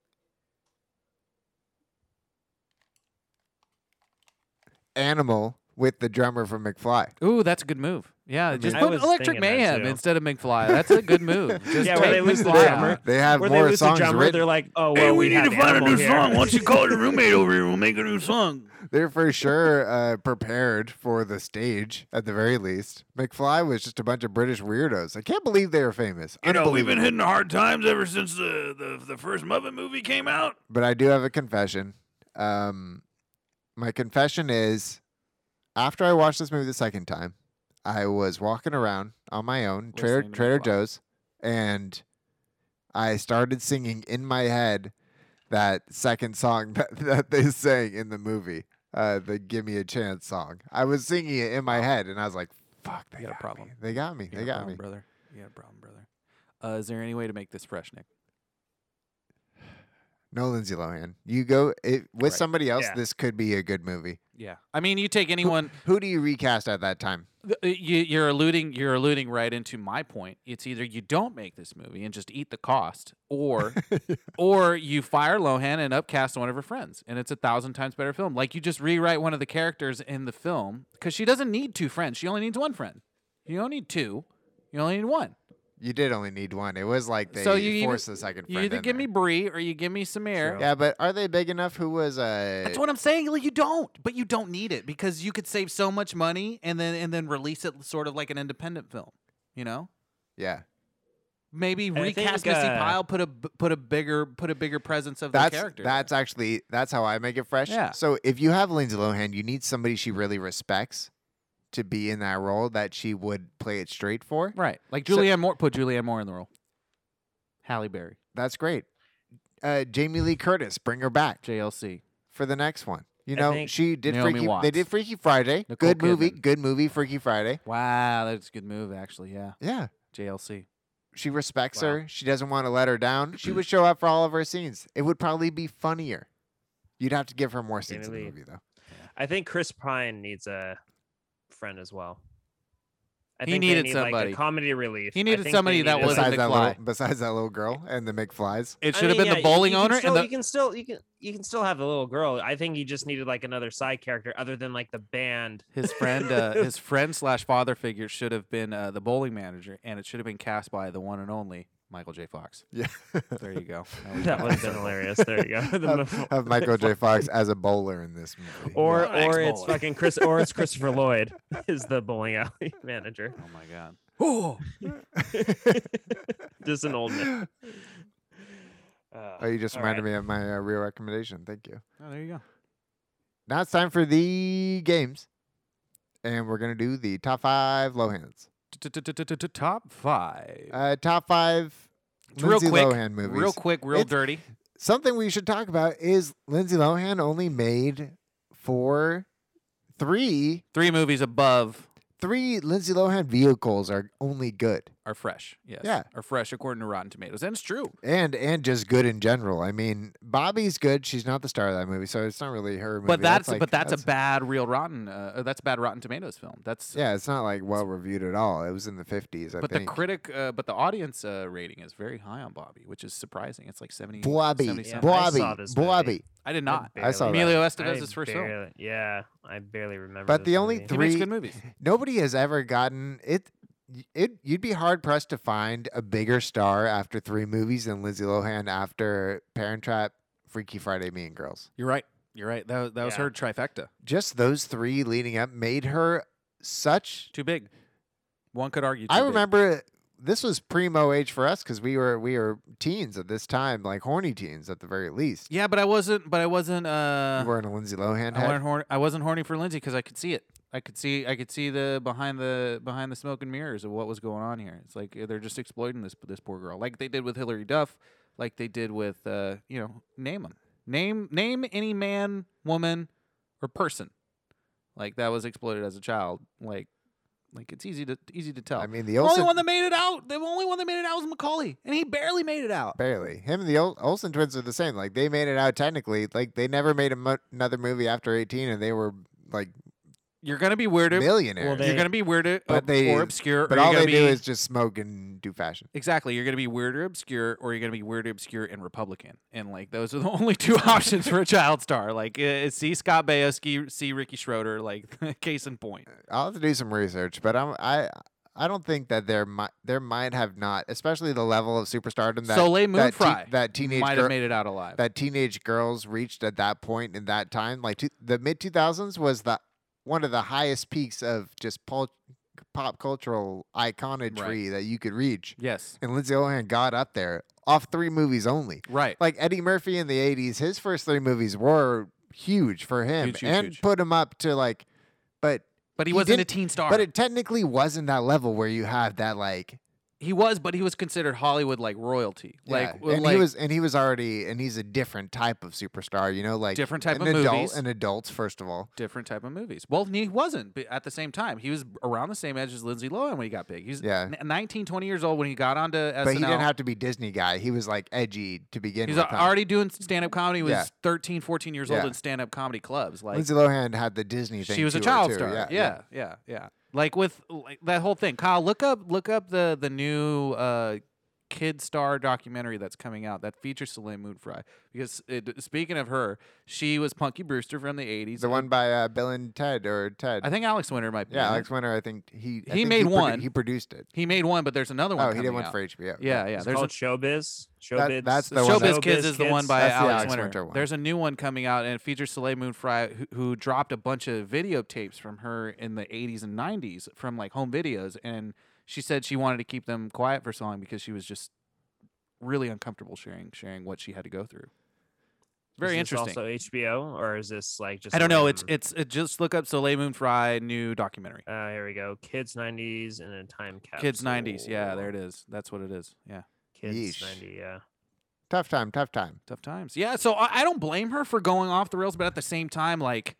Animal with the drummer from McFly. Ooh, that's a good move. Yeah, just I put was Electric thinking that Mayhem too. instead of McFly. That's a good move. Just Yeah, where take they lose the McFly out. drummer. They have Where they more lose the songs drummer, written. they're like, "Oh, well, we, need to find a new song." Once you call your roommate over here, we'll make a new song. They're for sure uh, prepared for the stage at the very least. McFly was just a bunch of British weirdos. I can't believe they were famous. You know, we've been Unbelievable. hitting hard times ever since the, the, the first Muppet movie came out. but I do have a confession. Um, my confession is after I watched this movie the second time, I was walking around on my own, Trader, Listening to Trader McFly. Joe's, and I started singing in my head that second song that, that they sang in the movie, uh, the Give Me a Chance song. I was singing it in my head, and I was like, fuck, they You got a got, problem. Me. They got me. You they got a got problem, me. brother. You got a problem, brother. Uh, is there any way to make this fresh, Nick? No Lindsay Lohan. You go it, with Right. somebody else, Yeah. this could be a good movie. Yeah. I mean, you take anyone. Who do you recast at that time? th- uh, you, you're alluding. You're alluding right into my point. It's either you don't make this movie and just eat the cost, or, or you fire Lohan and upcast one of her friends, and it's a thousand times better film. Like you just rewrite one of the characters in the film because she doesn't need two friends. She only needs one friend. You don't need two. You only need one. You did only need one. It was like they so you either- forced the second You friend either in give me there. Brie or you give me Samir. Yeah, but are they big enough? Who was uh, That's what I'm saying. Like you don't, but you don't need it because you could save so much money and then and then release it sort of like an independent film. You know, Yeah, maybe I recast think, Missy uh, Pyle, put a b- put a bigger put a bigger presence of that's the character. there. that's actually that's how I make it fresh. Yeah. So if you have Lindsay Lohan, you need somebody she really respects to be in that role that she would play it straight for. right. Like So- Julianne Moore, put Julianne Moore in the role. Halle Berry, That's great. Uh, Jamie Lee Curtis, bring her back JLC. for the next one. You I know, think she did Naomi Freaky. They Watts. did Freaky Friday. Nicole good movie. Kidman. Good movie. Freaky Friday. Wow, that's a good move actually. Yeah, Yeah. JLC. She respects Wow. her. She doesn't want to let her down. She would show up for all of her scenes. It would probably be funnier. You'd have to give her more scenes in the Jamie Lee. movie, though. I think Chris Pine needs a friend as well. I He think they needed need, Like somebody. a comedy relief. He I needed think they somebody that needed wasn't Besides somebody- that, McFly. little, besides that little girl and the McFlies. It I should have mean, been yeah, the you- bowling you can owner Still, you and the can still you can you can still have the little girl. I think he just needed like another side character other than like the band. his friend uh, his friend slash father figure should have been uh, the bowling manager, and it should have been cast by the one and only Michael J. Fox. Yeah. There you go. Now we That got would have it. been hilarious. There you go. The have, mo- have Michael J. Fox as a bowler in this movie. or Yeah. or it's Ex-bowler. fucking Chris or it's Christopher Lloyd is the bowling alley manager. Oh my god. Just an old man. Uh, Oh, you just all reminded right. me of my uh, real recommendation. Thank you. Oh, there you go. Now it's time for the games. And we're going to do the top five Lohans. Top five. Uh, top five It's Lindsay real quick, Lohan movies. real quick, real It's- dirty. something we should talk about is Lindsay Lohan only made four, three, Three movies above. three Lindsay Lohan vehicles are only good. Are fresh. Yes. Yeah. Are fresh according to Rotten Tomatoes. And it's true. and and just good in general. I mean, Bobby's good. She's not the star of that movie, so it's not really her movie. But that's, like- but that's, a bad real rotten uh, or that's a bad Rotten Tomatoes film. That's yeah. It's not like well reviewed at all. It was in the fifties, I But think. the critic, uh, but the audience uh, rating is very high on Bobby, which is surprising. It's like 70. Blobby, 70 Yeah, I Blobby, saw this movie. Blobby. I did not. I saw that. Emilio I Estevez's first film. barely- Yeah, I barely remember. But this the only movie. He makes Three- good movies. Nobody has ever gotten it. It you'd be hard pressed to find a bigger star after three movies than Lindsay Lohan after Parent Trap, Freaky Friday, Mean Girls. You're right. You're right. That, was- that was Yeah. her trifecta. Just those three leading up made her such Too big. One could argue. Too I big. remember this was primo age for us because we were we were teens at this time, like horny teens at the very least. Yeah, but I wasn't. But I wasn't. Uh, you weren't a Lindsay Lohan I head. wasn't horny. I wasn't horny for Lindsay because I could see it. I could see. I could see the behind the behind the smoke and mirrors of what was going on here. It's like uh, they're just exploiting this this poor girl, like they did with Hillary Duff, like they did with uh, you know, name them, name name any man, woman, or person, like that was exploited as a child. Like, like it's easy to easy to tell. I mean, the the only Olsen one that made it out, the only one that made it out was Macaulay, and he barely made it out. barely him and the Ol- Olsen twins are the same. Like they made it out technically. Like they never made a mo- another movie after eighteen, and they were like You're gonna be weirder. millionaires. Well, you're they- gonna be weirder but ob- they- or obscure. but or you're all gonna they do be- is just smoke and do fashion. Exactly. You're going to be weird or obscure, or you're going to be weird or obscure and Republican. And like those are the only two options for a child star. Like uh, see Scott Baioski, see Ricky Schroeder. Like case in point. I'll have to do some research, but I'm I. I don't think that there might there might have not, especially the level of superstardom that Soleil that, Moonfry that teenage Might girl, have made it out alive. that teenage girls reached at that point in that time like two, the mid 2000s was the one of the highest peaks of just pul- pop cultural iconography that you could reach yes. and lindsay lohan got up there off three movies only Right. like eddie murphy in the 80s his first three movies were huge for him Huge, huge, and huge. put him up to like but but he, he wasn't a didn't- teen star. but it technically wasn't that level where you have that like he was, but he was considered Hollywood like royalty. Yeah, Like, well, and like he was and he was already and he's a different type of superstar, you know, like Different type an of adult, movies. an adult first of all. different type of movies. Well, he wasn't but at the same time. He was around the same age as Lindsay Lohan when he got big. He was Yeah. n- 19, 20 years old when he got onto SNL. But he didn't have to be Disney guy. He was like edgy to begin He's with. al- huh? already doing stand up comedy. He was Yeah. 13, 14 years old Yeah. in stand up comedy clubs. Like Lindsay Lohan had the Disney thing. she was a to her, child too. star. Yeah, Yeah, yeah, yeah. Like with like, that whole thing. Kyle, look up look up the the new uh, kid star documentary that's coming out that features Soleil Moon Frye. Because it, speaking of her, she was Punky Brewster from the 80s. The one by uh, Bill and Ted or Ted. I think Alex Winter might be. yeah, in it. Alex Winter. I think he I He think made produ- one. he produced it. He made one, but there's another one. oh, he did coming one out. for HBO. Yeah, yeah. It's There's a- called Showbiz. Showbiz. that's the one that- Showbiz Kids is the one by That's the Alex, Alex Winter. Winter one. There's a new one coming out, and it features Soleil Moon Frye, who, who dropped a bunch of videotapes from her in the 80s and 90s from like home videos. And she said she wanted to keep them quiet for so long because she was just really uncomfortable sharing sharing what she had to go through. It's Very interesting. Also HBO, or is this like just? I don't a know. It's random- it's it just look up Soleil Moon Frye new documentary. Uh, here we go. Kids '90s and a time capsule. Kids 90s. Yeah, there it is. That's what it is. Yeah. Kids Yeesh. '90. Yeah. Tough time, tough time. Tough times. Yeah, so I, I don't blame her for going off the rails, but at the same time, like,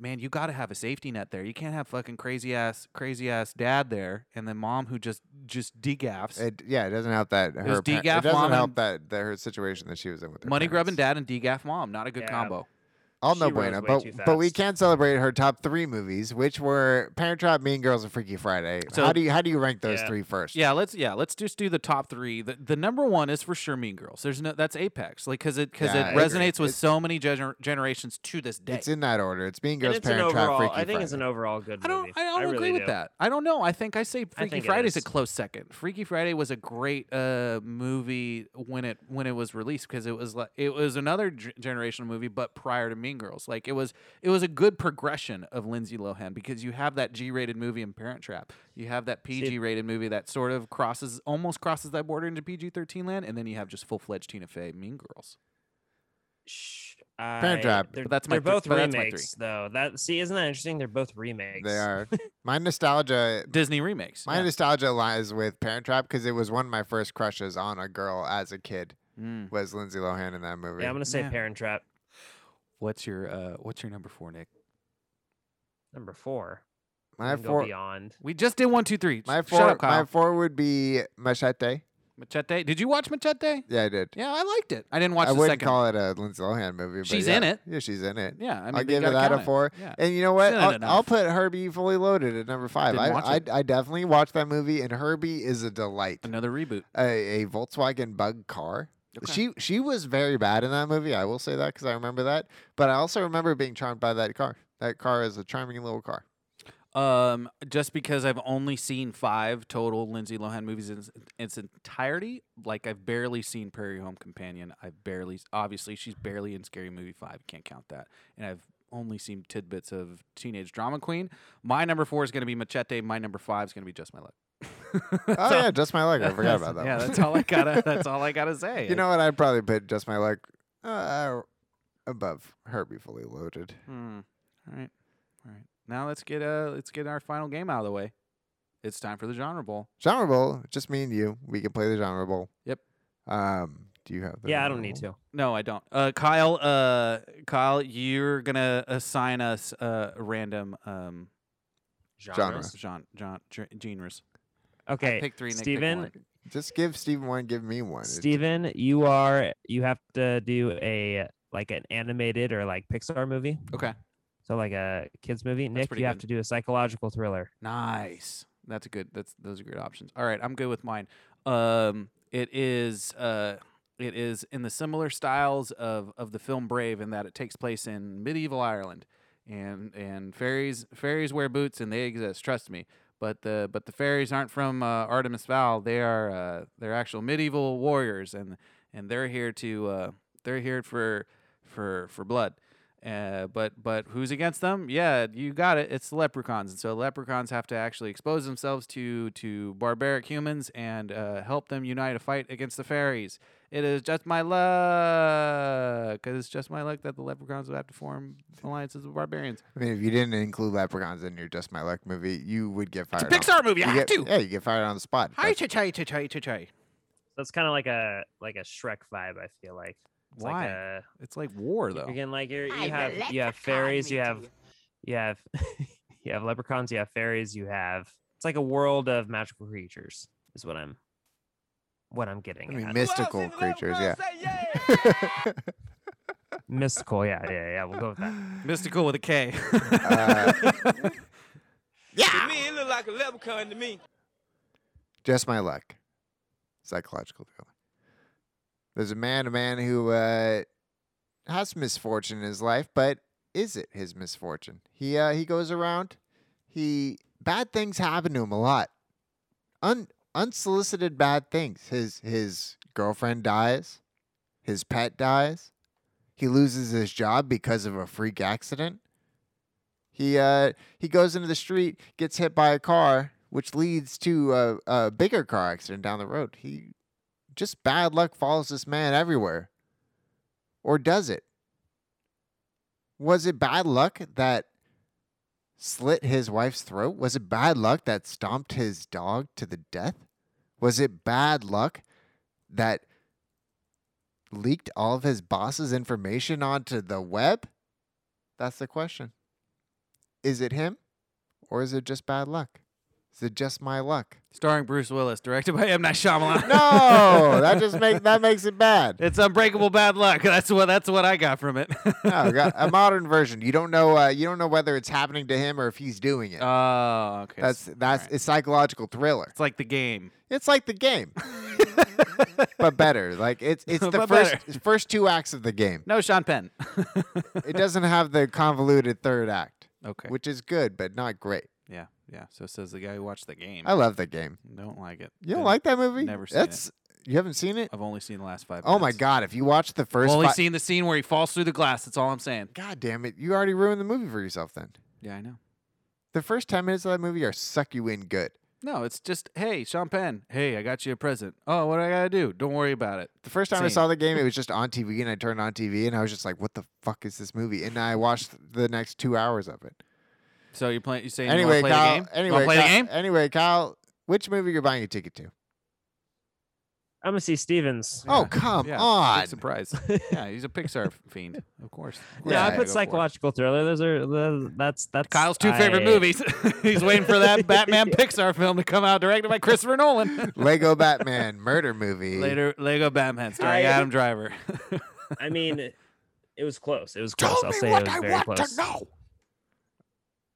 man, you got to have a safety net there. You can't have fucking crazy ass, crazy ass dad there, and then mom who just just degaffs, It yeah, it doesn't help that her was par- it DGAF doesn't mom help and- that, that her situation that she was in with her money grubbing parents. dad and degaff mom. Not a good Yeah. combo. All no She rose bueno, way but too but we fast. can celebrate her top three movies, which were Parent Trap, Mean Girls, and Freaky Friday. So- how do you how do you rank those Yeah. three first? Yeah, let's yeah, let's just do the top three. The, the number one is for sure Mean Girls. There's no that's apex, like because it because Yeah, I it agree. resonates with It's- so many gener- generations to this day. it's in that order. It's Mean And Girls, it's an Parent Trap, overall. Freaky I think Friday. it's an overall good I don't. movie. I don't really agree with do. that. I don't know. I think I say Freaky think it Friday's a is. close second. Freaky Friday was a great uh, movie when it when it was released because it was like it was another g- generational movie, but prior to Mean Girls, like it was it was a good progression of Lindsay Lohan because you have that G-rated movie in Parent Trap, you have that PG-rated movie that sort of crosses almost crosses that border into PG-13 land, and then you have just full-fledged Tina Fey Mean Girls. Shh, Parent I- Trap, They're, but that's my they're thr- both but that's my three. remakes, though. That see, isn't that interesting? They're both remakes. They are. my nostalgia Disney remakes. my yeah. nostalgia lies with Parent Trap because it was one of my first crushes on a girl as a kid Mm. was Lindsay Lohan in that movie. Yeah, I'm gonna say Yeah. Parent Trap What's your uh, What's your number four, Nick? number four. My and go four, beyond. We just did one, two, three. my Sh- Shut four, up, Kyle. my four would be Machete. Machete. Did you watch Machete? Yeah, I did. Yeah, I liked it. I didn't watch I the wouldn't second. call it a Lindsay Lohan movie. But She's yeah. in it. Yeah, she's in it. Yeah, I mean, I'll you give gotta that a count it. four. Yeah. And you know what? in it I'll, enough. I'll put Herbie Fully Loaded at number 5 Didn't I, watch I, it. I definitely watched that movie, and Herbie is a delight. Another reboot. A, a Volkswagen Bug car. Okay. She she was very bad in that movie. I will say that because I remember that. But I also remember being charmed by that car. That car is a charming little car. Um, just because I've only seen five total Lindsay Lohan movies in s- its entirety, like I've barely seen Prairie Home Companion. I've barely, obviously, she's barely in Scary Movie Five. Can't count that. And I've only seen tidbits of Teenage Drama Queen. My number four is going to be Machete. My number five is going to be Just My Luck. Oh yeah, just my luck. I forgot about that. Yeah, one. that's all I gotta. That's all I gotta say. you know what? I'd probably put just my luck uh, above Herbie Fully Loaded. Hmm. All right. All right. Now let's get uh let's get our final game out of the way. It's time for the genre bowl. Genre Bowl, just me and you. We can play the Genre Bowl. Yep. Um, do you have? The Yeah, I Genre don't need Bowl? to. No, I don't. Uh, Kyle. Uh, Kyle, you're gonna assign us uh random um Genres. genre, genre, genres. Okay, Pick three. Nick, pick Steven, one. Just give Steven one, give me one. It- Steven, you are you have to do a like an animated or like Pixar movie. Okay. So like a kids movie. Nick, you pretty have good. to do a psychological thriller. Nice. That's a good. That's those are good options. All right, I'm good with mine. Um, it is uh, it is in the similar styles of of the film Brave in that it takes place in medieval Ireland, and and fairies fairies wear boots and they exist. Trust me. But the but the fairies aren't from uh, Artemis Fowl. They are uh, they're actual medieval warriors, and and they're here to uh, they're here for for for blood. Uh, but but who's against them? Yeah, you got it. It's the leprechauns, and so leprechauns have to actually expose themselves to to barbaric humans and uh, help them unite a fight against the fairies. It is just my luck, 'cause it's just my luck that the leprechauns will have to form alliances with barbarians. I mean, if you didn't include leprechauns in your Just My Luck movie, you would get fired. on- Pixar movie, I you had get- to. Yeah, you get fired on the spot. Hi, That's- chai chai chai chai chai chai. So it's kind of like a like a Shrek vibe. I feel like. It's Why? Like a, It's like war you're though. getting like you're, I you have relate you the have fairies. You have cosmic you have you have leprechauns. You have fairies. You have it's like a world of magical creatures. Is what I'm what I'm getting. I mean, at. mystical creatures. Yeah. mystical. Yeah, yeah, yeah. We'll go with that. Mystical with a K. Uh, To me, it look like a leprechaun to me. Just my luck. Psychological thriller. There's a man, a man who uh, has misfortune in his life, but is it his misfortune? He uh, he goes around. He bad things happen to him a lot. Un unsolicited bad things. His his girlfriend dies. His pet dies. He loses his job because of a freak accident. He uh he goes into the street, gets hit by a car, which leads to a, a bigger car accident down the road. He just bad luck follows this man everywhere. Or does it? Was it bad luck that slit his wife's throat? Was it bad luck that stomped his dog to the death? Was it bad luck that leaked all of his boss's information onto the web? That's the question is it him or is it just bad luck? Is it just my luck? Starring Bruce Willis, directed by M Night Shyamalan. No, that just make that makes it bad. It's unbreakable bad luck. That's what that's what I got from it. No, Oh, got a modern version. You don't know. Uh, you don't know whether it's happening to him or if he's doing it. Oh, okay. that's S- that's alright. it's psychological thriller. It's like the game. It's like the game, but better. Like it's it's the But first better. first two acts of the game. No, Sean Penn. It doesn't have the convoluted third act, okay. which is good but not great. yeah, yeah. So says the guy who watched the game. I love the game. Don't like it. You don't Didn't- like that movie? never seen it. That's you haven't seen it. I've only seen the last five. Oh my minutes. god! If you watch the I've first, only fi- seen the scene where he falls through the glass. That's all I'm saying. God damn it. You already ruined the movie for yourself then. Yeah, I know. The first 10 minutes of that movie are suck you in good. No, it's just hey, Sean Penn. Hey, I got you a present. Oh, what do I gotta do? Don't worry about it. The first time I Same. saw the game, it was just on TV, and I turned on TV and I was just like, what the fuck is this movie? And I watched the next two hours of it. So you're playing. You saying anyway, you wanna play Kyle. the game? You wanna Anyway, play Kyle, the game. anyway, Kyle, which movie you're buying a ticket to? I'm gonna see Stevens. Oh, come yeah, big on. Surprise. yeah, he's a Pixar fiend, of course. Of course Yeah, he's I gonna put go for it. psychological thriller. Those are those, that's that's Kyle's two favorite I- movies. he's waiting for that Batman Pixar film to come out, directed by Christopher Nolan. Lego Batman murder movie. Later, Lego Batman starring I- Adam Driver. I mean, it was close. It was close. I'll say it was very close. know.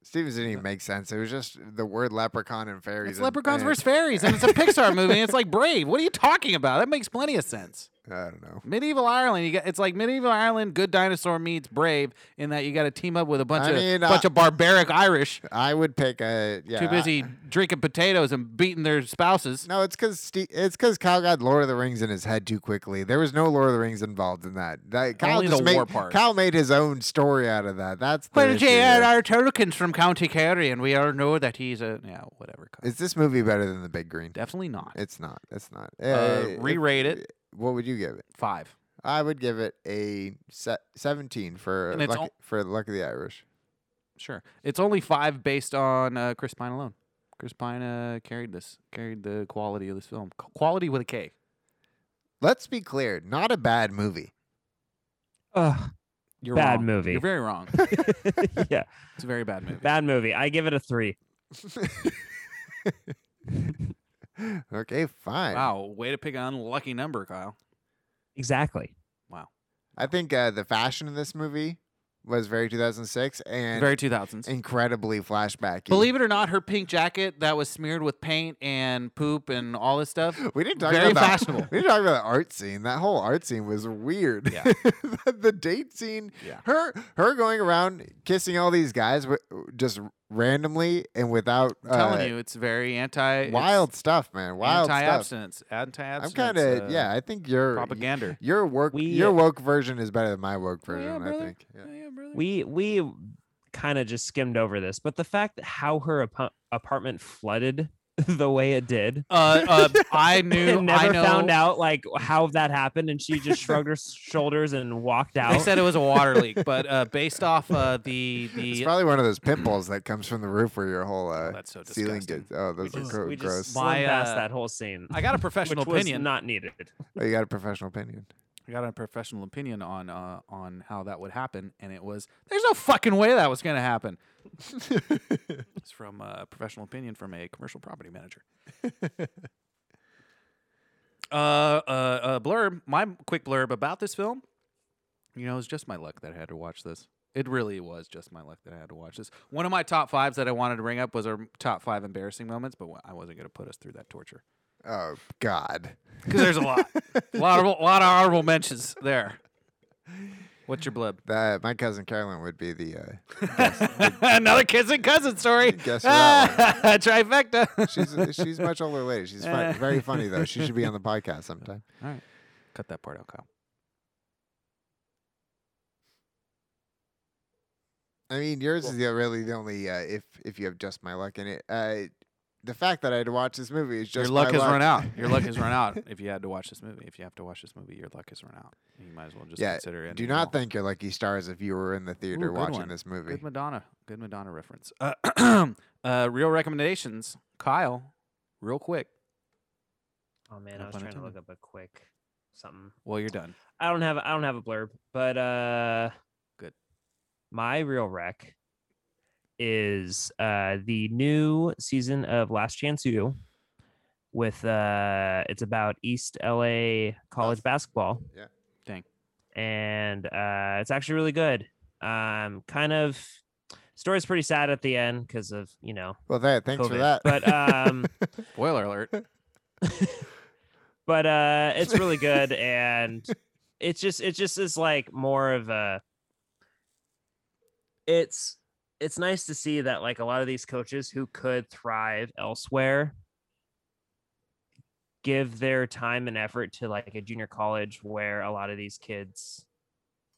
Stevens didn't even make sense. It was just the word leprechaun and fairies. It's and- Leprechauns and- vs. Fairies, and it's a Pixar movie, and it's like Brave. What are you talking about? That makes plenty of sense. I don't know. Medieval Ireland, you got it's like Medieval Ireland, Good Dinosaur meets Brave, in that you got to team up with a bunch I of mean, uh, bunch of barbaric Irish I would pick a yeah. too I- busy drinking potatoes and beating their spouses. no, it's because Ste- it's because Kyle got Lord of the Rings in his head too quickly. There was no Lord of the Rings involved in that. That Kyle Only the just made, war part. Kyle made his own story out of that. That's the Well, issue here. J.R.R. Tolkien's from County Kerry, and we all know that he's a yeah, whatever. Is this movie better than the Big Green? Definitely not. It's not. It's not. Uh, Uh, re-rate it What would you give it? five. I would give it a se- seventeen for And it's lucky, al- for Luck of the Irish. Sure, it's only five based on uh, Chris Pine alone. Chris Pine uh, carried this, carried the quality of this film. Qu- quality with a K. Let's be clear, not a bad movie. Ugh, You're Bad wrong. movie. You're very wrong. yeah, It's a very bad movie. bad movie. I give it a three. Okay, fine. Wow, way to pick an unlucky number, Kyle. Exactly. I think uh, the fashion in this movie was very 2006 and very two thousands. incredibly flashbacky. Believe it or not, her pink jacket that was smeared with paint and poop and all this stuff. we didn't talk very about that- fashionable. We didn't talk about the art scene. That whole art scene was weird. Yeah. the, the date scene. Yeah. Her her going around kissing all these guys wi- just randomly and without I'm telling uh, you, it's very anti it's wild stuff, man. Wild stuff. anti-abstinence. Anti-abstinence. I'm kind of uh, yeah. I think your propaganda. Your woke We- your woke version is better than my woke Oh, version. I brother. think. Yeah. Oh, yeah, brother. We we kind of just skimmed over this, but the fact that how her apa- apartment flooded the way it did. Uh, uh, I knew. And never I know, found out like how that happened, and she just shrugged her s- shoulders and walked out. They said it was a water leak, but uh, based off uh, the It's the probably one of those pimples that comes from the roof where your whole uh, that's so ceiling disgusting. gets. Oh, those we are just, gro- we just gross. slimmed My, uh, past that whole scene, I got a professional which was opinion. not needed. Oh, you got a professional opinion. I got a professional opinion on uh, on how that would happen, and it was there's no fucking way that was going to happen. it's from a professional opinion from a commercial property manager. uh, uh, uh, blurb. My quick blurb about this film. You know, it was just my luck that I had to watch this. It really was just my luck that I had to watch this. One of my top fives that I wanted to bring up was our top five embarrassing moments, but I wasn't going to put us through that torture Oh God. because there's a lot, a lot of a lot of honorable mentions there. What's your blib? That my cousin Carolyn would be the. Uh, Another kids and cousins story. Guess that Trifecta. she's a- she's a much older lady. She's fun, very funny though. She should be on the podcast sometime. All right, cut that part out, Kyle. I mean, yours is the, really the only uh, if if you have just my luck in it. Uh, the fact that I had to watch this movie is just your luck my has run out. Your luck has run out. If you had to watch this movie, if you have to watch this movie, your luck has run out. You might as well just yeah. consider it. do not thank your lucky stars if you were in the theater good watching one. this movie. Good Madonna. Good Madonna reference. Uh, uh, real recommendations, Kyle. Real quick. Oh man, No I was pun trying to look intended. up a quick something. Well, you're done. I don't have I don't have a blurb, but uh Good. My real rec is uh the new season of Last Chance U with uh it's about East LA college basketball. Yeah. Dang. And uh it's actually really good. Um kind of story's pretty sad at the end because of, you know, Well, there. Thanks for COVID, that. but, um, Spoiler alert. but uh it's really good and it's just it just is like more of a it's it's nice to see that like a lot of these coaches who could thrive elsewhere give their time and effort to like a junior college where a lot of these kids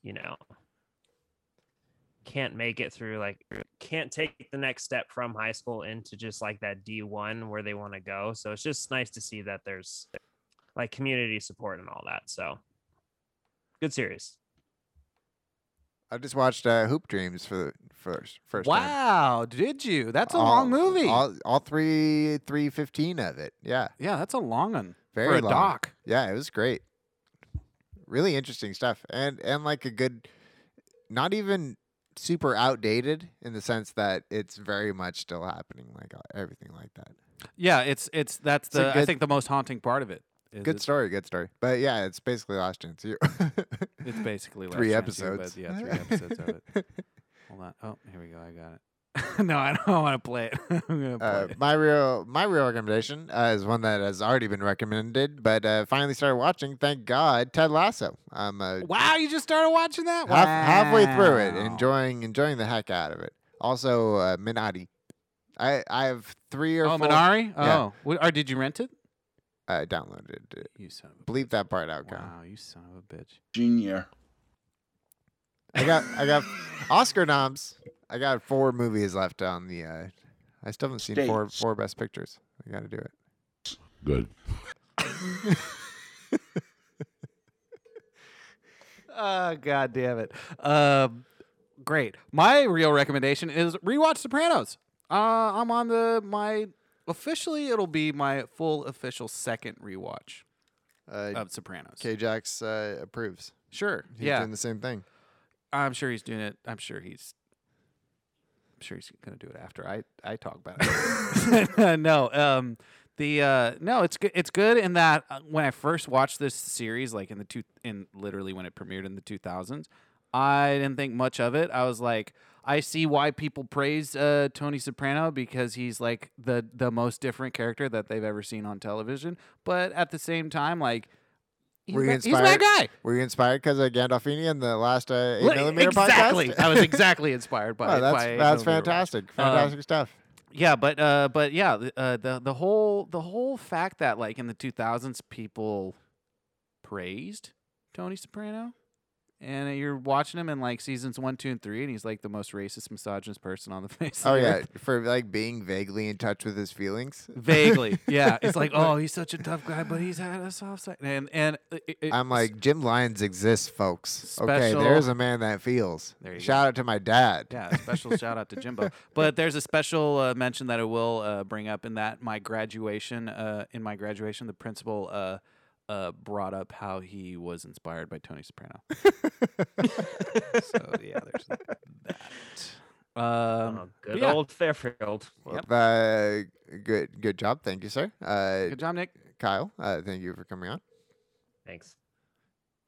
you know can't make it through like can't take the next step from high school into just like that D1 where they want to go so it's just nice to see that there's like community support and all that. So good series. I just watched uh, Hoop Dreams for the first first time. Wow, did you? That's a long All- movie. All, all three three fifteen of it. Yeah. yeah, that's a long one. Very for a long. doc. Yeah, it was great. Really interesting stuff, and and like a good, not even super outdated in the sense that it's very much still happening, like uh, everything like that. Yeah, it's it's that's a the I good- think the most haunting part of it. is Good it's, story, good story. But yeah, it's basically Last Chance U. it's basically Last three Chance U, but episodes. yeah, three episodes of it. Hold on. Oh, here we go. I got it. no, I don't want to play it. I'm gonna play Uh, it. my real my real recommendation uh, is one that has already been recommended, but uh, finally started watching. Thank God, Ted Lasso. I'm uh, Wow, you just started watching that? half, halfway through it, Wow. enjoying enjoying the heck out of it. Also, uh, Minati. I I have three or Oh, four. Minari? Yeah. Oh. Wh- Or did you rent it? I downloaded it. You son of a Bleep that part out, Kyle. Wow, you son of a bitch. Junior. I got I got Oscar noms. I got four movies left on the. Uh, I still haven't seen four States. four best pictures. I got to do it. Good. Oh, god damn it. Um, great. My real recommendation is rewatch Sopranos. Uh, I'm on the my officially it'll be my full official second rewatch Uh, of Sopranos. K-Jax uh, approves. Sure. He's yeah. doing the same thing. I'm sure he's doing it. I'm sure he's. I'm sure he's gonna do it after I I talk about it. no, um, the uh, no, it's good. It's good in that uh, when I first watched this series, like in the two, in literally when it premiered in the 2000s, I didn't think much of it. I was like, I see why people praise uh, Tony Soprano because he's like the the most different character that they've ever seen on television. But at the same time, like. He's, Were you that- he's that inspired? guy. Were you inspired because of Gandolfini in the last uh, eight Li- millimeter exactly. podcast? I was exactly inspired by Wow, it. that's by that's November. fantastic, Um, fantastic stuff. Yeah, but uh, but yeah, th- uh, the the whole the whole fact that like in the 2000s people praised Tony Soprano, and you're watching him in like seasons one, two, and three, and he's like the most racist, misogynist person on the face. of Oh the yeah, earth. for like being vaguely in touch with his feelings. Vaguely, yeah. It's like, oh, he's such a tough guy, but he's had a soft side. And and uh, it- it- I'm like Jim Lyons exists, folks. Okay, Special- there's a man that feels. There you go. Shout out to my dad. Yeah, a special shout out to Jimbo. But there's a special uh, mention that I will uh, bring up in that my graduation, uh, in my graduation, the principal uh, uh, brought up how he was inspired by Tony Soprano. so yeah, there's that. Um, oh, but good yeah, old Fairfield. Well, uh, good good job. Thank you, sir. Uh, good job, Nick. Kyle, uh, thank you for coming on. Thanks.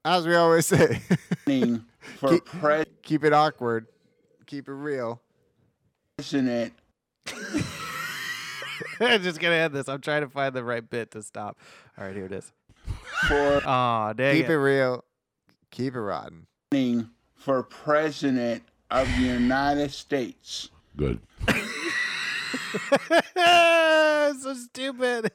As we always say, Running for keep, keep it awkward, keep it real. president. I'm just gonna end this. I'm trying to find the right bit to stop. All right, here it is. For Oh, dang keep it. it real, keep it rotten. running for president of the United States. Good. so stupid.